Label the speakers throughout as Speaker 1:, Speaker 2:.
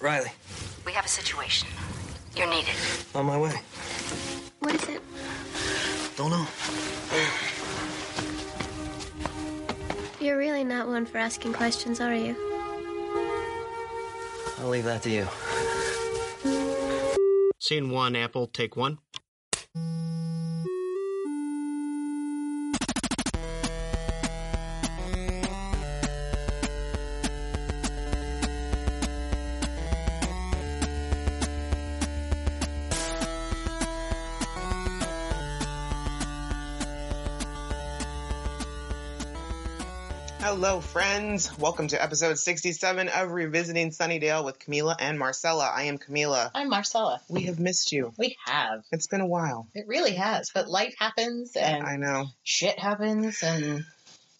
Speaker 1: Riley,
Speaker 2: We have a situation. You're needed.
Speaker 1: on my way.
Speaker 3: What is it?
Speaker 1: Don't know.
Speaker 3: You're really not one for asking questions, are you?
Speaker 1: I'll leave that to you.
Speaker 4: Scene one, Apple, take one.
Speaker 5: Hello, friends. Welcome to episode 67 of Revisiting Sunnydale with Camila and Marcella. I am Camila.
Speaker 6: I'm Marcella.
Speaker 5: We have missed you.
Speaker 6: We have.
Speaker 5: It's been a while.
Speaker 6: It really has. But life happens and
Speaker 5: I know.
Speaker 6: shit happens and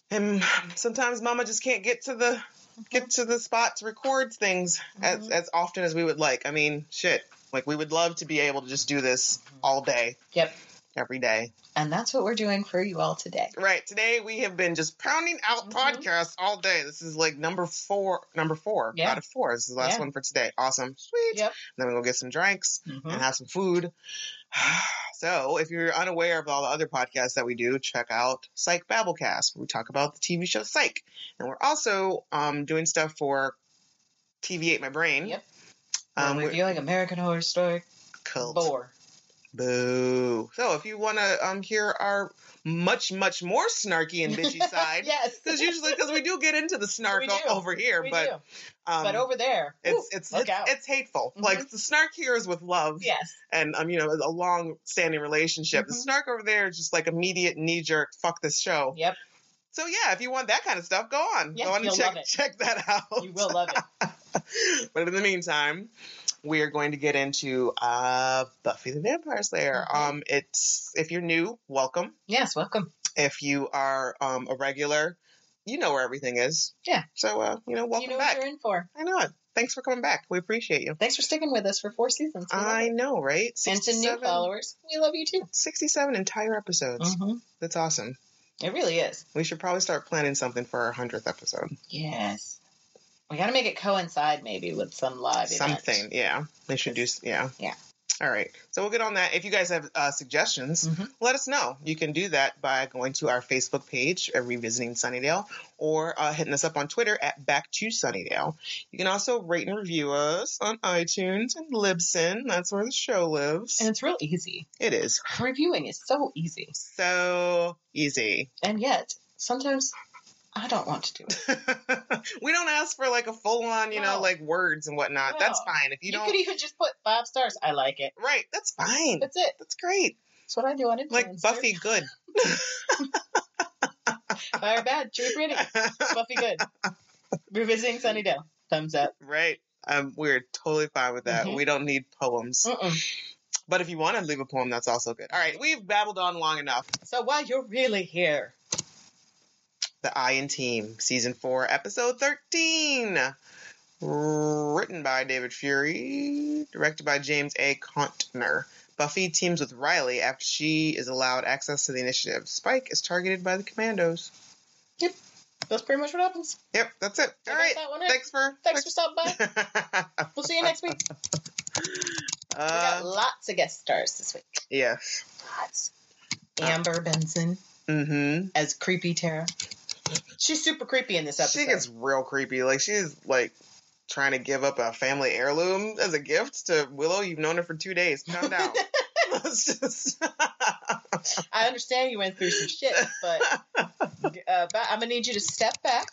Speaker 5: And sometimes Mama just can't get to the get to the spot to record things as
Speaker 6: Mm-hmm. Mhm.
Speaker 5: as often as we would like. I mean, shit. Like we would love to be able to just do this
Speaker 6: Mm-hmm.
Speaker 5: all day,
Speaker 6: yep.
Speaker 5: every day.
Speaker 6: And that's what we're doing for you all today.
Speaker 5: Right. Today we have been just pounding out
Speaker 6: Mhm.
Speaker 5: podcasts all day. This is like number four, number four
Speaker 6: Yeah.
Speaker 5: out of four. This is the last
Speaker 6: Yeah.
Speaker 5: one for today. Awesome. Sweet.
Speaker 6: Yep.
Speaker 5: Then we go get some drinks.
Speaker 6: Mm-hmm.
Speaker 5: and have some food. So, if you're unaware of all the other podcasts that we do, check out Psych Babblecast, where we talk about the TV show Psych. And we're also um, doing stuff for TV Ate My Brain.
Speaker 6: Yep.
Speaker 5: Um,
Speaker 6: we're
Speaker 5: we're-
Speaker 6: reviewing American Horror Story
Speaker 5: cult.
Speaker 6: Four.
Speaker 5: Boo. So, if you want to um, hear our much, much more snarky and bitchy side,
Speaker 6: yes.
Speaker 5: because usually because we do get into the snark
Speaker 6: We do.
Speaker 5: over here,
Speaker 6: We
Speaker 5: but
Speaker 6: do.
Speaker 5: um,
Speaker 6: but over there,
Speaker 5: it's
Speaker 6: whew,
Speaker 5: it's
Speaker 6: look
Speaker 5: it's,
Speaker 6: out.
Speaker 5: it's hateful.
Speaker 6: Mhm.
Speaker 5: Like the snark here is with love.
Speaker 6: yes.
Speaker 5: and um, you know, a long standing relationship. The
Speaker 6: Mhm.
Speaker 5: snark over there is just like immediate knee jerk, fuck this show.
Speaker 6: Yep.
Speaker 5: So yeah, if you want that kind of stuff, go on.
Speaker 6: Yeah,
Speaker 5: go on and
Speaker 6: you'll
Speaker 5: check
Speaker 6: love it.
Speaker 5: check that out.
Speaker 6: You will love it.
Speaker 5: but in the meantime, we are going to get into uh Buffy the Vampire Slayer.
Speaker 6: Mhm.
Speaker 5: Um it's if you're new, welcome.
Speaker 6: Yes, welcome.
Speaker 5: If you are um a regular, you know where everything is.
Speaker 6: Yeah.
Speaker 5: So uh, you know, welcome
Speaker 6: you know
Speaker 5: back.
Speaker 6: what you're in for.
Speaker 5: I know it. Thanks for coming back. We appreciate you.
Speaker 6: Thanks for sticking with us for four seasons. We love
Speaker 5: I
Speaker 6: it.
Speaker 5: know, right?
Speaker 6: and to new
Speaker 5: 67
Speaker 6: followers, we love you too.
Speaker 5: 67 entire episodes.
Speaker 6: Mhm.
Speaker 5: That's awesome.
Speaker 6: It really is.
Speaker 5: We should probably start planning something for our hundredth episode.
Speaker 6: Yes. We got to make it coincide maybe with some live event.
Speaker 5: Something, yeah. We should do, s- yeah,
Speaker 6: Yeah.
Speaker 5: All right, so we'll get on that. If you guys have uh, suggestions,
Speaker 6: Mhm.
Speaker 5: let us know. You can do that by going to our Facebook page, uh, Revisiting Sunnydale, or uh, hitting us up on Twitter at Back to Sunnydale. You can also rate and review us on iTunes and Libsyn. That's where the show lives.
Speaker 6: And it's real easy.
Speaker 5: it is
Speaker 6: Reviewing is so easy.
Speaker 5: so easy.
Speaker 6: And yet, sometimes I don't want to do it.
Speaker 5: we don't ask for like a full on, you know,
Speaker 6: No.
Speaker 5: like words and whatnot.
Speaker 6: No.
Speaker 5: That's fine. If you,
Speaker 6: You,
Speaker 5: don't
Speaker 6: could even just put five stars. I like it.
Speaker 5: Right, that's fine.
Speaker 6: That's it.
Speaker 5: That's great.
Speaker 6: That's what I do on Instagram.
Speaker 5: Like Buffy, good.
Speaker 6: Fire bad, true pretty. Buffy good. Revisiting Sunnydale. Thumbs up.
Speaker 5: right. Um, we're totally fine with that.
Speaker 6: Mhm.
Speaker 5: We don't need poems.
Speaker 6: Mm-mm.
Speaker 5: But if you want to leave a poem, that's also good. All right, we've babbled on long enough.
Speaker 6: So why you're really here?
Speaker 5: The Iron Team, Season 4, Episode 13. Written by David Fury, directed by James A. Contner. Buffy teams with Riley after she is allowed access to the initiative. Spike is targeted by the commandos.
Speaker 6: That's pretty much what happens.
Speaker 5: Yep, that's it.
Speaker 6: I
Speaker 5: All
Speaker 6: got
Speaker 5: right.
Speaker 6: that one right.
Speaker 5: Thanks for
Speaker 6: Thanks for stopping by.
Speaker 5: for
Speaker 6: We'll see you next week. We
Speaker 5: Uh,
Speaker 6: got lots of guest stars this week.
Speaker 5: Yes.
Speaker 6: Lots.
Speaker 5: uh.
Speaker 6: Amber Benson
Speaker 5: Mm-hmm.
Speaker 6: as creepy Tara. She's super creepy in this episode.
Speaker 5: She gets real creepy. Like she's like trying to give up a family heirloom as a gift to Willow. You've known her for two days. Calm down. Let's just
Speaker 6: I understand you went through some shit, but, uh, but I'm gonna need you to step back.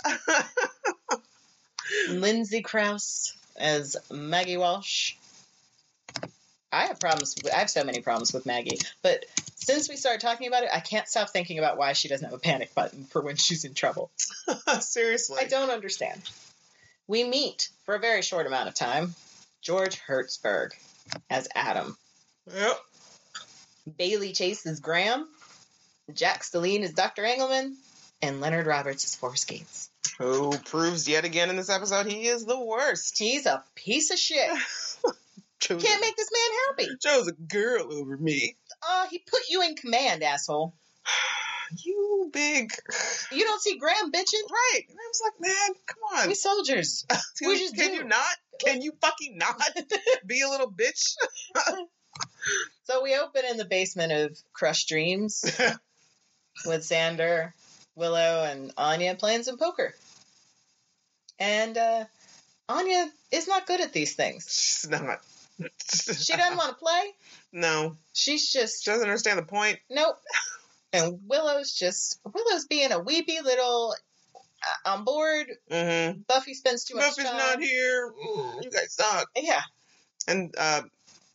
Speaker 6: Lindsay Krause as Maggie Walsh. I have problems. With, I have so many problems with Maggie, but since we started talking about it, I can't stop thinking about why she doesn't have a panic button for when she's in trouble.
Speaker 5: seriously.
Speaker 6: I don't understand. We meet for a very short amount of time. George Hertzberg as Adam.
Speaker 5: Yep.
Speaker 6: Bailey Chase is Graham, Jack Stalline is Dr. Engelman, and Leonard Roberts is Forrest Gates.
Speaker 5: Who proves yet again in this episode he is the worst.
Speaker 6: He's a piece of shit.
Speaker 5: Chose,
Speaker 6: Can't make this man happy.
Speaker 5: chose a girl over me.
Speaker 6: Uh, he put you in command, asshole.
Speaker 5: You big
Speaker 6: You don't see Graham bitching?
Speaker 5: right. And I was like, man, come on.
Speaker 6: We soldiers.
Speaker 5: Can,
Speaker 6: we just
Speaker 5: can
Speaker 6: do.
Speaker 5: you not? Can you fucking not be a little bitch?
Speaker 6: So we open in the basement of Crushed Dreams with Xander, Willow, and Anya playing some poker. And uh, Anya is not good at these things.
Speaker 5: She's not.
Speaker 6: She doesn't want to play.
Speaker 5: No,
Speaker 6: She's
Speaker 5: she
Speaker 6: just
Speaker 5: doesn't understand the point.
Speaker 6: nope. And Willow's just Willow's being a weepy little uh, on board.
Speaker 5: Mm-hmm.
Speaker 6: Buffy spends too much
Speaker 5: Buffy's
Speaker 6: time.
Speaker 5: not here. Mm, you guys suck.
Speaker 6: Yeah.
Speaker 5: And uh,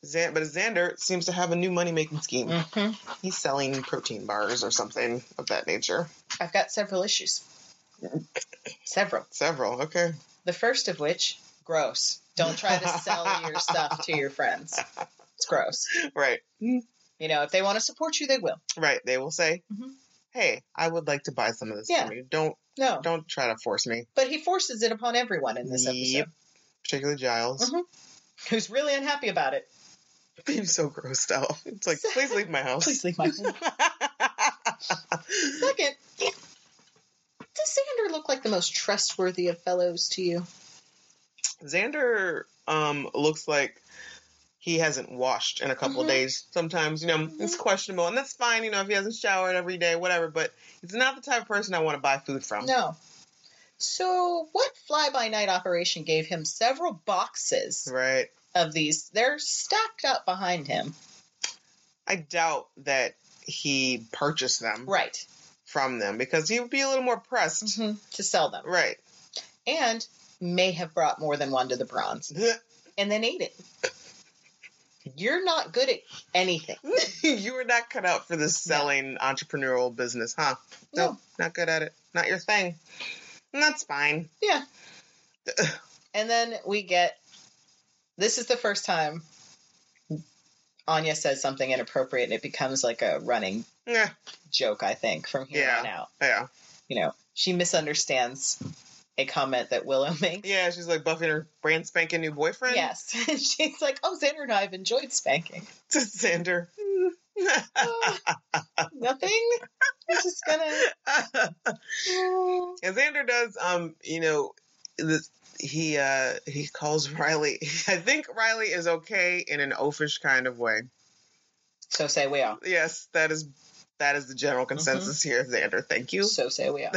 Speaker 5: Xan- but Xander seems to have a new money making scheme.
Speaker 6: hmm
Speaker 5: He's selling protein bars or something of that nature.
Speaker 6: I've got several issues. several.
Speaker 5: Several. Okay.
Speaker 6: The first of which, gross. Don't try to sell your stuff to your friends. It's gross.
Speaker 5: Right.
Speaker 6: You know, if they want to support you, they will.
Speaker 5: Right. They will say,
Speaker 6: Mhm.
Speaker 5: "Hey, I would like to buy some of this
Speaker 6: Yeah.
Speaker 5: from you. Don't
Speaker 6: No.
Speaker 5: don't try to force me."
Speaker 6: But he forces it upon everyone in this episode,
Speaker 5: Yep. Particularly Giles.
Speaker 6: Mhm. who's really unhappy about it.
Speaker 5: I'm so grossed out. It's like, please leave my house.
Speaker 6: Mm-hmm. Please leave my home. Second, does Xander look like the most trustworthy of fellows to you?
Speaker 5: Xander um, looks like he hasn't washed in a couple
Speaker 6: Mhm.
Speaker 5: of days. Sometimes, you know,
Speaker 6: Mm-hmm.
Speaker 5: it's questionable, and that's fine. You know, if he hasn't showered every day, whatever. But he's not the type of person I want to buy food from.
Speaker 6: No. So, what fly by night operation gave him several boxes
Speaker 5: Right.
Speaker 6: of these? They're stacked up behind him.
Speaker 5: I doubt that he purchased them
Speaker 6: Right.
Speaker 5: from them because he would be a little more pressed.
Speaker 6: mhm, To sell them.
Speaker 5: Right.
Speaker 6: And may have brought more than one to the bronze. and then ate it. You're not good at anything.
Speaker 5: you were not cut out for this
Speaker 6: No.
Speaker 5: selling entrepreneurial business, huh?
Speaker 6: No.
Speaker 5: Nope, not good at it. Not your thing. And that's fine.
Speaker 6: Yeah. And then we get this is the first time Anya says something inappropriate and it becomes like a running
Speaker 5: Yeah.
Speaker 6: joke, I think, from here
Speaker 5: Yeah.
Speaker 6: on out.
Speaker 5: Yeah.
Speaker 6: You know, she misunderstands a comment that Willow makes.
Speaker 5: Yeah, she's like buffing her brand spanking new boyfriend.
Speaker 6: Yes. And she's like, Oh, Xander and I have enjoyed spanking.
Speaker 5: To Xander.
Speaker 6: Oh, nothing? We're just gonna
Speaker 5: and Xander does um, you know, this he uh he calls Riley. I think Riley is okay in an oafish kind of way.
Speaker 6: So say we are.
Speaker 5: Yes, that is that is the general
Speaker 6: Mm-hmm.
Speaker 5: consensus here, Xander. Thank you.
Speaker 6: So say we are.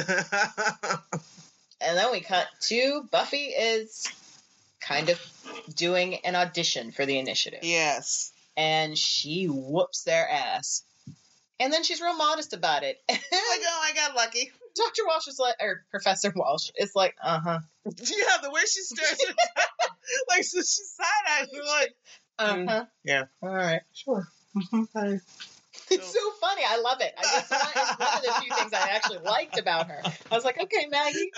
Speaker 6: And then we cut to Buffy is kind of doing an audition for the initiative.
Speaker 5: yes.
Speaker 6: And she whoops their ass. And then she's real modest about it. And
Speaker 5: Like, oh, I got lucky.
Speaker 6: Dr. Walsh is like, or Professor Walsh is like, uh huh.
Speaker 5: Yeah, the way she stares, like so she side eyes me like,
Speaker 6: Uh huh.
Speaker 5: Um, yeah,
Speaker 6: All right.
Speaker 5: sure.
Speaker 6: Mm-hmm. It's so funny. I love it. I guess it's one of the few things I actually liked about her. I was like, okay, Maggie,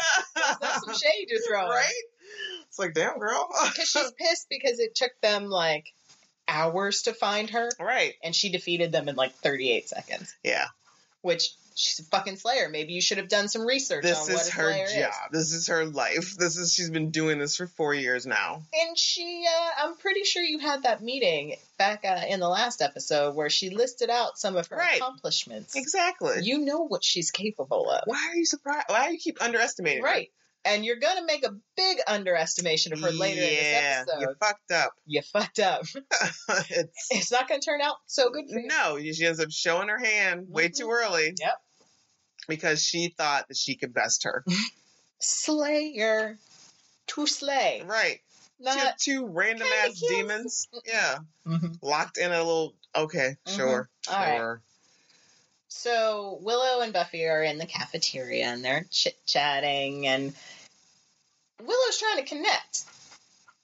Speaker 6: that's some shade you're throwing.
Speaker 5: right? It's like, damn, girl.
Speaker 6: Because she's pissed because it took them like hours to find her.
Speaker 5: right?
Speaker 6: And she defeated them in like 38 seconds.
Speaker 5: Yeah,
Speaker 6: which she's a fucking Slayer. Maybe you should have done some research
Speaker 5: this
Speaker 6: on what
Speaker 5: is
Speaker 6: a
Speaker 5: her
Speaker 6: Slayer
Speaker 5: job.
Speaker 6: is.
Speaker 5: This is her life. This is she's been doing this for four years now.
Speaker 6: And she, uh, I'm pretty sure you had that meeting back uh, in the last episode where she listed out some of her
Speaker 5: Right.
Speaker 6: accomplishments.
Speaker 5: Exactly.
Speaker 6: You know what she's capable of,
Speaker 5: why are you surprised? Why do you keep underestimating? her?
Speaker 6: right? And you're gonna make a big underestimation of her later in
Speaker 5: yeah,
Speaker 6: this episode.
Speaker 5: you fucked up.
Speaker 6: You fucked up.
Speaker 5: it's
Speaker 6: It's not gonna turn out so good for you.
Speaker 5: no. She ends up showing her hand way too early.
Speaker 6: Mm-hmm. Yep.
Speaker 5: Because she thought that she could best her.
Speaker 6: Slayer to slay,
Speaker 5: Right. Two,
Speaker 6: not
Speaker 5: two random
Speaker 6: Kinda
Speaker 5: ass
Speaker 6: kills-
Speaker 5: demons. Yeah.
Speaker 6: Mhm.
Speaker 5: Locked in a little. Okay,
Speaker 6: Mhm.
Speaker 5: sure.
Speaker 6: all right.
Speaker 5: sure.
Speaker 6: So Willow and Buffy are in the cafeteria and they're chit chatting, and Willow's trying to connect.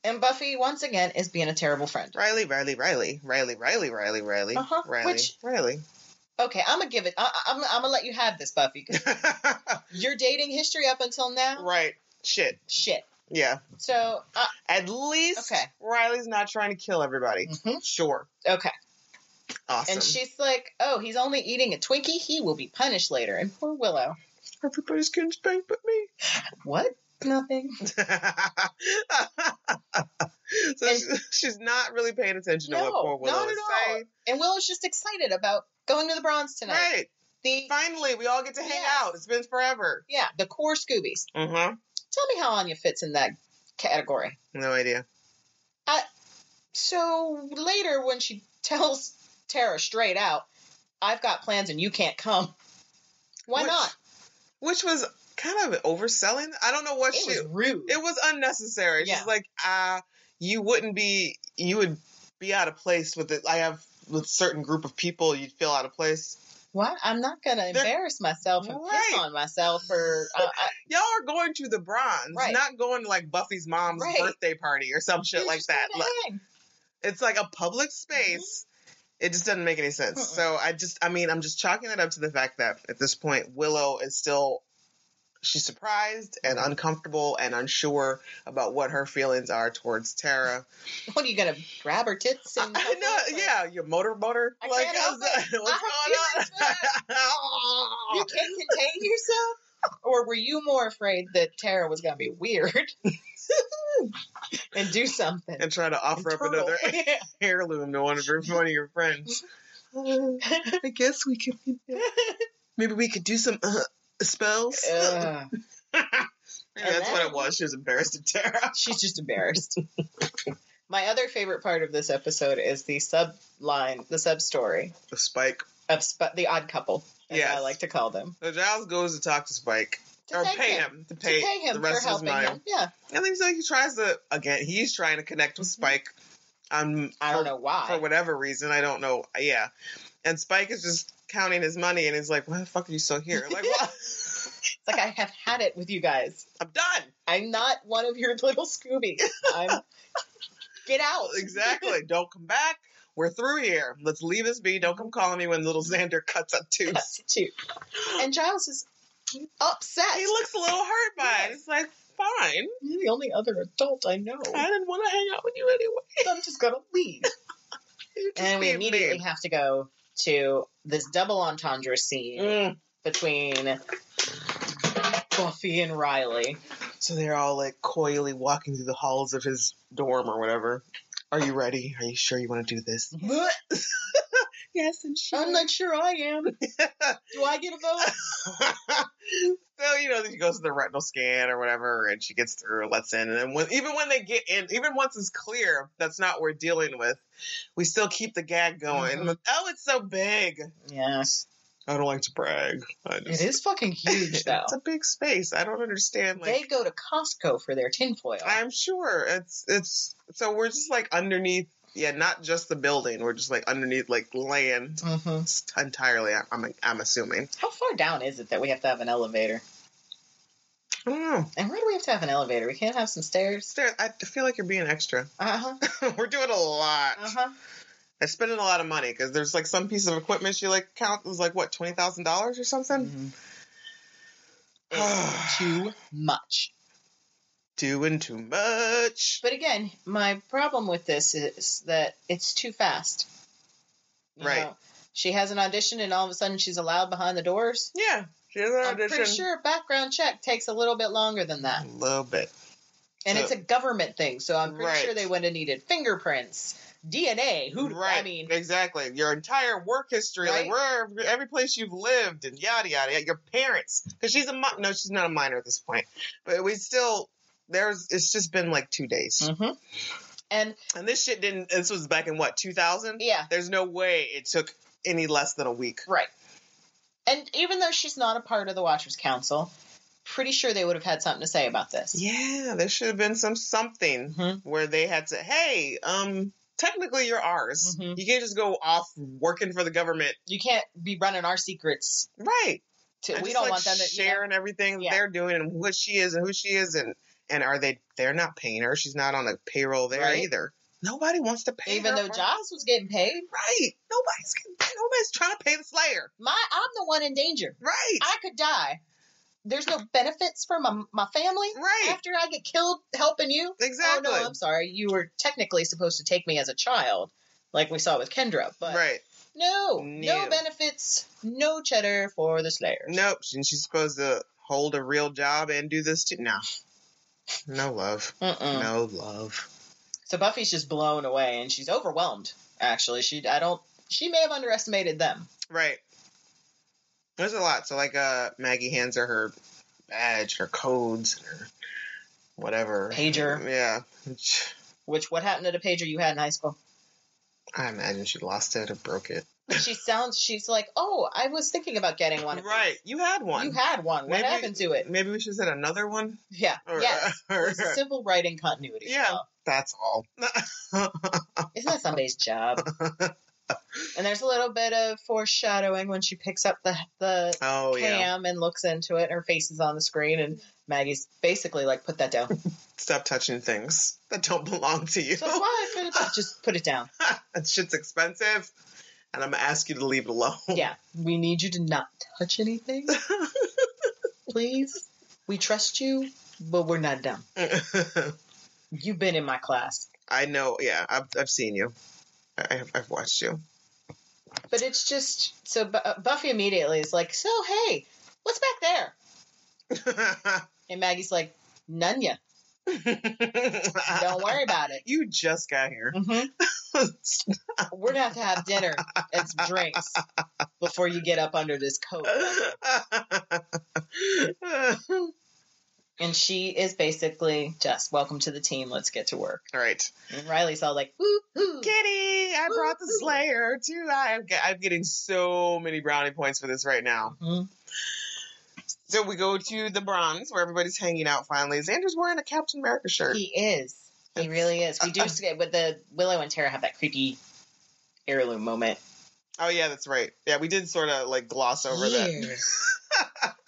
Speaker 6: And Buffy, once again, is being a terrible friend.
Speaker 5: Riley, Riley, Riley, Riley, Riley, Riley, Riley,
Speaker 6: Uh-huh,
Speaker 5: Riley,
Speaker 6: which-
Speaker 5: Riley.
Speaker 6: Okay, I'm gonna give it. I, I- I'm, I'm gonna let you have this, Buffy. 'cause Your dating history up until now,
Speaker 5: right. Shit.
Speaker 6: shit.
Speaker 5: Yeah.
Speaker 6: So, uh,
Speaker 5: At least
Speaker 6: Okay.
Speaker 5: Riley's not trying to kill everybody.
Speaker 6: mhm.
Speaker 5: Sure.
Speaker 6: okay.
Speaker 5: Awesome.
Speaker 6: And she's like, "Oh, he's only eating a Twinkie. He will be punished later." And poor Willow.
Speaker 5: Everybody's getting spanked but me.
Speaker 6: What? Nothing.
Speaker 5: so
Speaker 6: And-
Speaker 5: she- she's not really paying attention to what
Speaker 6: No,
Speaker 5: poor Willow
Speaker 6: not
Speaker 5: is
Speaker 6: at all.
Speaker 5: saying.
Speaker 6: And Willow's just excited about going to the Bronze tonight.
Speaker 5: Right.
Speaker 6: The
Speaker 5: Finally, we all get to hang
Speaker 6: Yes. Mm-hmm.
Speaker 5: out. It's been forever.
Speaker 6: yeah, the core Scoobies.
Speaker 5: Uh huh.
Speaker 6: Tell me how Anya fits in that category.
Speaker 5: No idea.
Speaker 6: So later, when she tells Tara straight out, I've got plans and you can't come. Why
Speaker 5: Which-
Speaker 6: not?
Speaker 5: Which was kind of overselling. I don't know what
Speaker 6: It
Speaker 5: she.
Speaker 6: was rude.
Speaker 5: it was unnecessary.
Speaker 6: Yeah.
Speaker 5: She's like, ah, you wouldn't be, you would be out of place with it. I have with certain group of people, you'd feel out of place.
Speaker 6: What? I'm not going to embarrass myself and
Speaker 5: Right.
Speaker 6: piss on myself for. Uh, I,
Speaker 5: Y'all are going to the Bronze,
Speaker 6: Right.
Speaker 5: not going to like Buffy's mom's
Speaker 6: Right.
Speaker 5: birthday party or some shit
Speaker 6: You're
Speaker 5: like
Speaker 6: just
Speaker 5: that.
Speaker 6: gonna
Speaker 5: Like,
Speaker 6: hang.
Speaker 5: it's like a public space. It just doesn't make any sense.
Speaker 6: Mm-hmm.
Speaker 5: So
Speaker 6: Mm-mm.
Speaker 5: I just, I mean, I'm just chalking it up to the fact that at this point, Willow is still. She's surprised and
Speaker 6: Mm-hmm.
Speaker 5: uncomfortable and unsure about what her feelings are towards Tara.
Speaker 6: What are you going to grab her tits and?
Speaker 5: I know, yeah, your motor motor.
Speaker 6: I
Speaker 5: like,
Speaker 6: can't
Speaker 5: how's
Speaker 6: help
Speaker 5: that-
Speaker 6: it.
Speaker 5: what's
Speaker 6: I have
Speaker 5: going
Speaker 6: You
Speaker 5: on?
Speaker 6: can't contain yourself. Or were you more afraid that Tara was going to be weird and do something?
Speaker 5: and try to offer up
Speaker 6: Turtle.
Speaker 5: another heirloom to one of your one of your friends. I guess we could. Maybe we could do some uh, spells.
Speaker 6: Ugh.
Speaker 5: Maybe that's what
Speaker 6: then-
Speaker 5: it was. She was embarrassed of Tara.
Speaker 6: She's just embarrassed. My other favorite part of this episode is the subline, the sub story
Speaker 5: Spike.
Speaker 6: of Sp- the odd couple, as
Speaker 5: Yes.
Speaker 6: I like to call them.
Speaker 5: So Giles goes to talk to Spike.
Speaker 6: To
Speaker 5: or
Speaker 6: thank
Speaker 5: pay
Speaker 6: him.
Speaker 5: him. To
Speaker 6: To
Speaker 5: pay,
Speaker 6: pay him
Speaker 5: the rest
Speaker 6: for
Speaker 5: of his
Speaker 6: helping
Speaker 5: money.
Speaker 6: him. Yeah.
Speaker 5: I think so. He tries to, again, he's trying to connect with Spike. Um,
Speaker 6: Mm-hmm. I don't know why.
Speaker 5: for whatever reason. I don't know. Yeah. And Spike is just counting his money and he's like, why the fuck are you still here? Like, what?
Speaker 6: It's like I have had it with you guys.
Speaker 5: I'm done.
Speaker 6: I'm not one of your little Scoobies. I'm get out.
Speaker 5: Exactly. Don't come back. We're through here. Let's leave this be. Don't come calling me when little Xander cuts up tubes.
Speaker 6: That's cute. And Giles is upset.
Speaker 5: He looks a little hurt by it. It's like, fine.
Speaker 6: You're the only other adult I know.
Speaker 5: I didn't want to hang out with you anyway.
Speaker 6: I'm just gonna leave.
Speaker 5: You're just
Speaker 6: And we
Speaker 5: being
Speaker 6: immediately
Speaker 5: mean.
Speaker 6: have to go to this double entendre scene
Speaker 5: Mm.
Speaker 6: between Buffy and Riley.
Speaker 5: So they're all like coyly walking through the halls of his dorm or whatever. Are you ready? Are you sure you want to do this? yes, and sure.
Speaker 6: I'm not sure I am. Do I get a vote?
Speaker 5: so you know she goes to the retinal scan or whatever and she gets through lets in and then when, even when they get in even once it's clear that's not what we're dealing with we still keep the gag going
Speaker 6: Mhm.
Speaker 5: oh it's so big
Speaker 6: Yeah,
Speaker 5: i don't like to brag I
Speaker 6: it
Speaker 5: just,
Speaker 6: is fucking huge though.
Speaker 5: it's a big space i don't understand like
Speaker 6: they go to Costco for their tinfoil.
Speaker 5: i'm sure it's it's so we're just like underneath yeah not just the building we're just like underneath like land
Speaker 6: Mm-hmm.
Speaker 5: entirely I- i'm i'm assuming
Speaker 6: How far down is it that we have to have an elevator?
Speaker 5: i don't know
Speaker 6: And why do we have to have an elevator? We can't have some stairs.
Speaker 5: Sarah, i feel like you're being extra
Speaker 6: Uh huh.
Speaker 5: we're doing a lot
Speaker 6: Uh huh.
Speaker 5: I spent a lot of money because there's like some piece of equipment she like count was like what twenty thousand dollars or something.
Speaker 6: It's too much.
Speaker 5: Doing too much.
Speaker 6: But again, my problem with this is that it's too fast. You
Speaker 5: Right.
Speaker 6: know, she has an audition, and all of a sudden she's allowed behind the doors.
Speaker 5: Yeah, she has an
Speaker 6: I'm
Speaker 5: audition.
Speaker 6: pretty sure a background check takes a little bit longer than
Speaker 5: A
Speaker 6: that.
Speaker 5: little bit.
Speaker 6: And
Speaker 5: So-
Speaker 6: it's a government thing, so I'm pretty
Speaker 5: Right.
Speaker 6: sure they would have needed fingerprints, DNA. Who?
Speaker 5: right.
Speaker 6: I mean,
Speaker 5: exactly. Your entire work history, like
Speaker 6: Right.
Speaker 5: where every place you've lived, and yada yada. yada. Your parents, because she's a mi- no, she's not a minor at this point. But we still there's it's just been like two days,
Speaker 6: Mhm. and
Speaker 5: and this shit didn't. This was back in what two thousand.
Speaker 6: yeah,
Speaker 5: There's no way it took any less than a week.
Speaker 6: right. And even though she's not a part of the Watchers Council, pretty sure they would have had something to say about this.
Speaker 5: Yeah, there should have been some something
Speaker 6: Mhm.
Speaker 5: where they had to, hey, um, technically you're ours.
Speaker 6: Mhm.
Speaker 5: You can't just go off working for the government,
Speaker 6: You can't be running our secrets.
Speaker 5: right?
Speaker 6: To,
Speaker 5: And
Speaker 6: we
Speaker 5: just,
Speaker 6: don't
Speaker 5: like,
Speaker 6: want them to you know,
Speaker 5: sharing everything that
Speaker 6: Yeah.
Speaker 5: they're doing and what she is and who she is and and are they? They're not paying her. She's not on the payroll there
Speaker 6: Right.
Speaker 5: either. Nobody wants to pay
Speaker 6: even
Speaker 5: her
Speaker 6: though
Speaker 5: for-
Speaker 6: Giles was getting paid.
Speaker 5: right? Nobody's getting paid. nobody's trying to pay the Slayer,
Speaker 6: My, I'm the one in danger.
Speaker 5: right?
Speaker 6: I could die. There's no benefits for my my family
Speaker 5: right?
Speaker 6: after I get killed helping you.
Speaker 5: exactly.
Speaker 6: Oh no, I'm sorry. You were technically supposed to take me as a child, like we saw with Kendra, but
Speaker 5: right?
Speaker 6: no,
Speaker 5: No.
Speaker 6: no benefits, no cheddar for the Slayer.
Speaker 5: Nope. And she's supposed to hold a real job and do this too. No, no love.
Speaker 6: Mm-mm.
Speaker 5: No love.
Speaker 6: So Buffy's just blown away and she's overwhelmed. Actually, she I don't. She may have underestimated them.
Speaker 5: Right. There's a lot. So like uh Maggie hands her her badge, her codes, and her whatever.
Speaker 6: Pager.
Speaker 5: Yeah.
Speaker 6: Which what happened to the pager you had in high school?
Speaker 5: I imagine she lost it or broke it.
Speaker 6: She sounds. She's like, oh, I was thinking about getting one. of
Speaker 5: Right. You had
Speaker 6: these."
Speaker 5: one.
Speaker 6: You had one. What
Speaker 5: Maybe-
Speaker 6: happened to it?
Speaker 5: Maybe we should set another one.
Speaker 6: Yeah.
Speaker 5: Or-
Speaker 6: yes.
Speaker 5: or-
Speaker 6: There's civil writing continuity.
Speaker 5: Yeah.
Speaker 6: flaw.
Speaker 5: That's all.
Speaker 6: Isn't that somebody's job? and there's a little bit of foreshadowing when she picks up the the
Speaker 5: oh yeah.
Speaker 6: cam and looks into it. and Her face is on the screen, and Maggie's basically like, "Put that down.
Speaker 5: Stop touching things that don't belong to you.
Speaker 6: So why I could've just put it down?
Speaker 5: that shit's expensive, and I'm gonna ask you to leave it alone.
Speaker 6: Yeah, we need you to not touch anything, please. We trust you, but we're not dumb. You've been in my class,
Speaker 5: I know. Yeah, I've I've seen you. I- I've, I've watched you.
Speaker 6: but it's just so. Bu- uh, Buffy immediately is like, "So hey, what's back there?" And Maggie's like, "None ya. Don't worry about it."
Speaker 5: You just got here.
Speaker 6: hmm We're gonna have to have dinner and some drinks before you get up under this coat. And she is basically just welcome to the team. Let's get to work.
Speaker 5: All right.
Speaker 6: And Riley's all like, woo-hoo.
Speaker 5: Kitty, I brought the Slayer too. I- I'm, ge- I'm getting so many brownie points for this right now.
Speaker 6: Mhm.
Speaker 5: So we go to the bronze where everybody's hanging out finally. Xander's wearing a Captain America shirt.
Speaker 6: He is. He
Speaker 5: It's-
Speaker 6: really is. We do
Speaker 5: uh, uh.
Speaker 6: get with the Willow and Tara have that creepy heirloom moment.
Speaker 5: oh, yeah, that's right. Yeah, we did sort of like gloss over that.
Speaker 6: Years.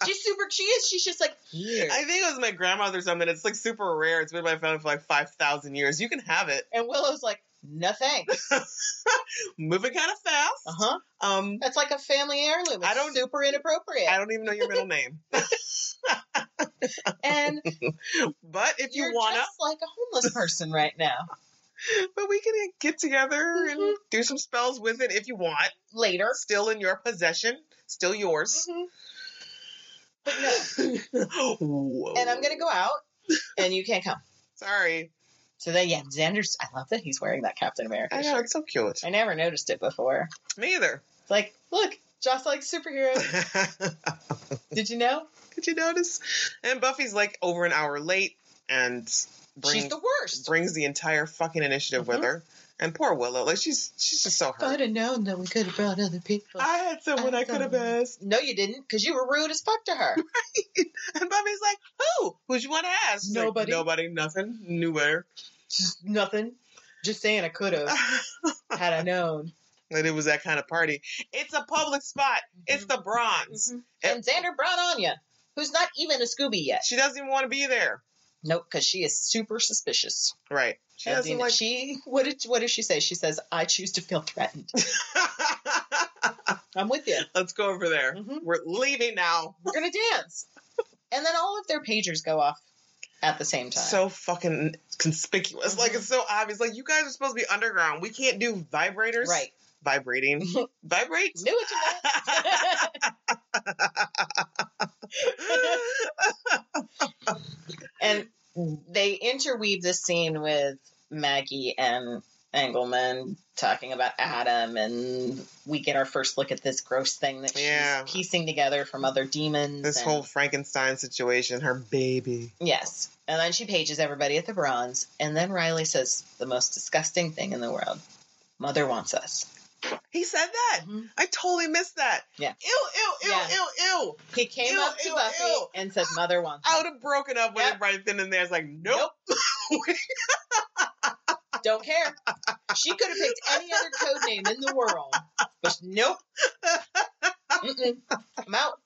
Speaker 6: she's super. She is. She's just like years.
Speaker 5: I think it was my grandmother's or something. It's like super rare. It's been in my family for like 5,000 years. You can have it.
Speaker 6: and Willow's like, no thanks.
Speaker 5: Moving kind of fast.
Speaker 6: Uh huh.
Speaker 5: Um,
Speaker 6: That's like a family heirloom. It's
Speaker 5: I don't-
Speaker 6: super inappropriate.
Speaker 5: I don't even know your middle name.
Speaker 6: and
Speaker 5: But if you
Speaker 6: you're
Speaker 5: want to,
Speaker 6: just like a homeless person right now.
Speaker 5: but we can get together
Speaker 6: Mhm.
Speaker 5: and do some spells with it if you want.
Speaker 6: Later.
Speaker 5: Still in your possession, still yours.
Speaker 6: Mhm. But no.
Speaker 5: Whoa.
Speaker 6: And I'm gonna go out, and you can't come.
Speaker 5: Sorry.
Speaker 6: So then, yeah, Xander's. I love that he's wearing that Captain America
Speaker 5: I know
Speaker 6: shirt.
Speaker 5: it's so cute.
Speaker 6: I never noticed it before.
Speaker 5: Me either.
Speaker 6: It's like, look, just like superheroes. Did you know?
Speaker 5: Did you notice? And Buffy's like over an hour late and brings
Speaker 6: She's the worst.
Speaker 5: brings the entire fucking initiative with
Speaker 6: Mhm.
Speaker 5: her. And poor Willow, like she's she's just so
Speaker 6: If I'd
Speaker 5: hurt.
Speaker 6: have known that we could have brought other people.
Speaker 5: I had someone I,
Speaker 6: I
Speaker 5: could have
Speaker 6: don't-
Speaker 5: asked.
Speaker 6: no, you didn't, because you were rude as fuck to her.
Speaker 5: And Buffy's like, who? Who'd you want to ask? She's like,
Speaker 6: Nobody.
Speaker 5: Nobody. Nothing. Nowhere.
Speaker 6: Just nothing. Just saying I could have had I known.
Speaker 5: that it was that kind of party. It's a public spot. It's
Speaker 6: Mm-hmm.
Speaker 5: the bronze.
Speaker 6: And Xander brought Anya, who's not even a Scooby yet.
Speaker 5: She doesn't even want to be there.
Speaker 6: Nope, because she is super suspicious.
Speaker 5: Right. She
Speaker 6: And
Speaker 5: doesn't
Speaker 6: Xena-
Speaker 5: like.
Speaker 6: she what did what did she say? She says, "I choose to feel threatened." I'm with you.
Speaker 5: Let's go over there.
Speaker 6: Mhm.
Speaker 5: We're leaving now.
Speaker 6: We're gonna dance, and then all of their pagers go off at the same time.
Speaker 5: So fucking conspicuous. Like
Speaker 6: Mhm.
Speaker 5: it's so obvious. Like you guys are supposed to be underground. We can't do vibrators.
Speaker 6: right,
Speaker 5: Vibrating. Vibrate.
Speaker 6: knew what you meant. and
Speaker 5: Mm.
Speaker 6: they interweave this scene with Maggie and Engelman talking about Adam, and we get our first look at this gross thing that she's
Speaker 5: Yeah.
Speaker 6: piecing together from other demons.
Speaker 5: this
Speaker 6: and-
Speaker 5: whole Frankenstein situation. Her baby.
Speaker 6: yes, and then she pages everybody at the Bronze, and then Riley says the most disgusting thing in the world: "Mother wants us."
Speaker 5: He said that.
Speaker 6: Mhm.
Speaker 5: I totally missed that.
Speaker 6: Yeah.
Speaker 5: Ew, ew, ew,
Speaker 6: Yeah.
Speaker 5: ew, ew.
Speaker 6: He came
Speaker 5: Ew,
Speaker 6: up to
Speaker 5: ew,
Speaker 6: Buffy
Speaker 5: ew.
Speaker 6: and said, "Mother wants."
Speaker 5: I would have broken up with
Speaker 6: Yep.
Speaker 5: him right then and there. It's like, nope.
Speaker 6: Don't care. She could have picked any other code name in the world, but nope. Mm-mm. I'm out.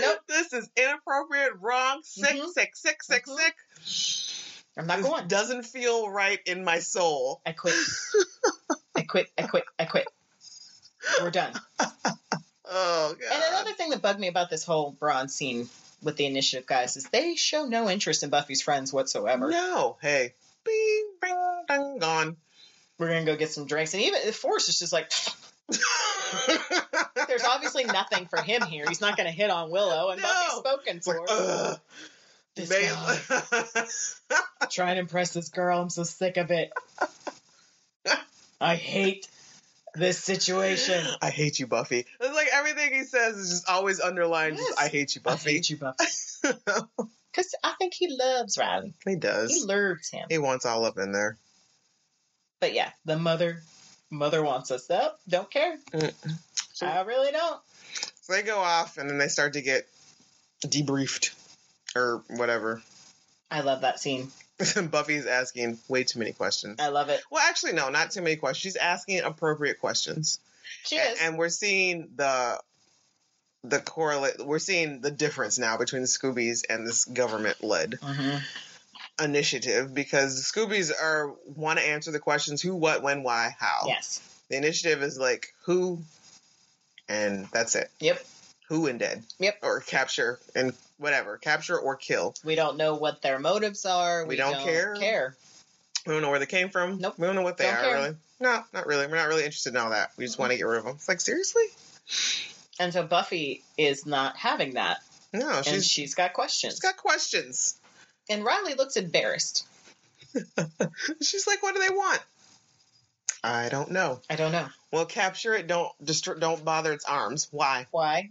Speaker 6: Nope.
Speaker 5: This is inappropriate, wrong, sick,
Speaker 6: Mhm.
Speaker 5: sick, sick, sick,
Speaker 6: Mhm.
Speaker 5: sick.
Speaker 6: I'm not
Speaker 5: This
Speaker 6: going.
Speaker 5: doesn't feel right in my soul.
Speaker 6: I quit. I quit. I quit. I quit. We're done.
Speaker 5: Oh god.
Speaker 6: And another thing that bugged me about this whole bronze scene with the initiative guys is they show no interest in Buffy's friends whatsoever.
Speaker 5: No. Hey. Bing, bang, bang, gone.
Speaker 6: We're gonna go get some drinks, and even the Force is just like, there's obviously nothing for him here. He's not gonna hit on Willow, and
Speaker 5: No.
Speaker 6: Buffy's spoken
Speaker 5: it's like,
Speaker 6: for.
Speaker 5: ugh.
Speaker 6: This
Speaker 5: Man.
Speaker 6: guy. try and impress this girl. I'm so sick of it. I hate this situation.
Speaker 5: I hate you, Buffy. It's like everything he says is just always underlined. just,
Speaker 6: Yes.
Speaker 5: I hate you,
Speaker 6: I
Speaker 5: Buffy.
Speaker 6: hate you, Buffy. Because I think he loves Riley.
Speaker 5: He
Speaker 6: He
Speaker 5: does.
Speaker 6: loves him.
Speaker 5: He wants all up in there.
Speaker 6: But yeah, the mother mother wants us up. Don't care.
Speaker 5: Mm.
Speaker 6: I really don't.
Speaker 5: So they go off and then they start to get debriefed or whatever.
Speaker 6: I love that scene.
Speaker 5: Buffy's asking way too many questions.
Speaker 6: I love it.
Speaker 5: Well, actually, no, not too many questions. She's asking appropriate questions,
Speaker 6: She
Speaker 5: A-
Speaker 6: is.
Speaker 5: and we're seeing the the correlate. We're seeing the difference now between the Scoobies and this government-led
Speaker 6: Mhm.
Speaker 5: initiative because the Scoobies are want to answer the questions who, what, when, why, how.
Speaker 6: Yes.
Speaker 5: The initiative is like who, and that's it.
Speaker 6: Yep.
Speaker 5: Who and dead.
Speaker 6: Yep.
Speaker 5: Or capture and whatever. Capture or kill.
Speaker 6: We don't know what their motives are.
Speaker 5: We don't care.
Speaker 6: care.
Speaker 5: We don't know where they came from.
Speaker 6: Nope.
Speaker 5: We don't know what they
Speaker 6: Don't
Speaker 5: are
Speaker 6: care. Mm-hmm.
Speaker 5: really. No, not really. We're not really interested in all that. We just want to get rid of them. It's like seriously?
Speaker 6: And so Buffy is not having that.
Speaker 5: No,
Speaker 6: and
Speaker 5: she's
Speaker 6: she's got questions.
Speaker 5: she's got questions.
Speaker 6: and Riley looks embarrassed.
Speaker 5: She's like, what do they want? I don't know.
Speaker 6: I don't know.
Speaker 5: Well, capture it. Don't distr- don't bother its arms. Why?
Speaker 6: Why?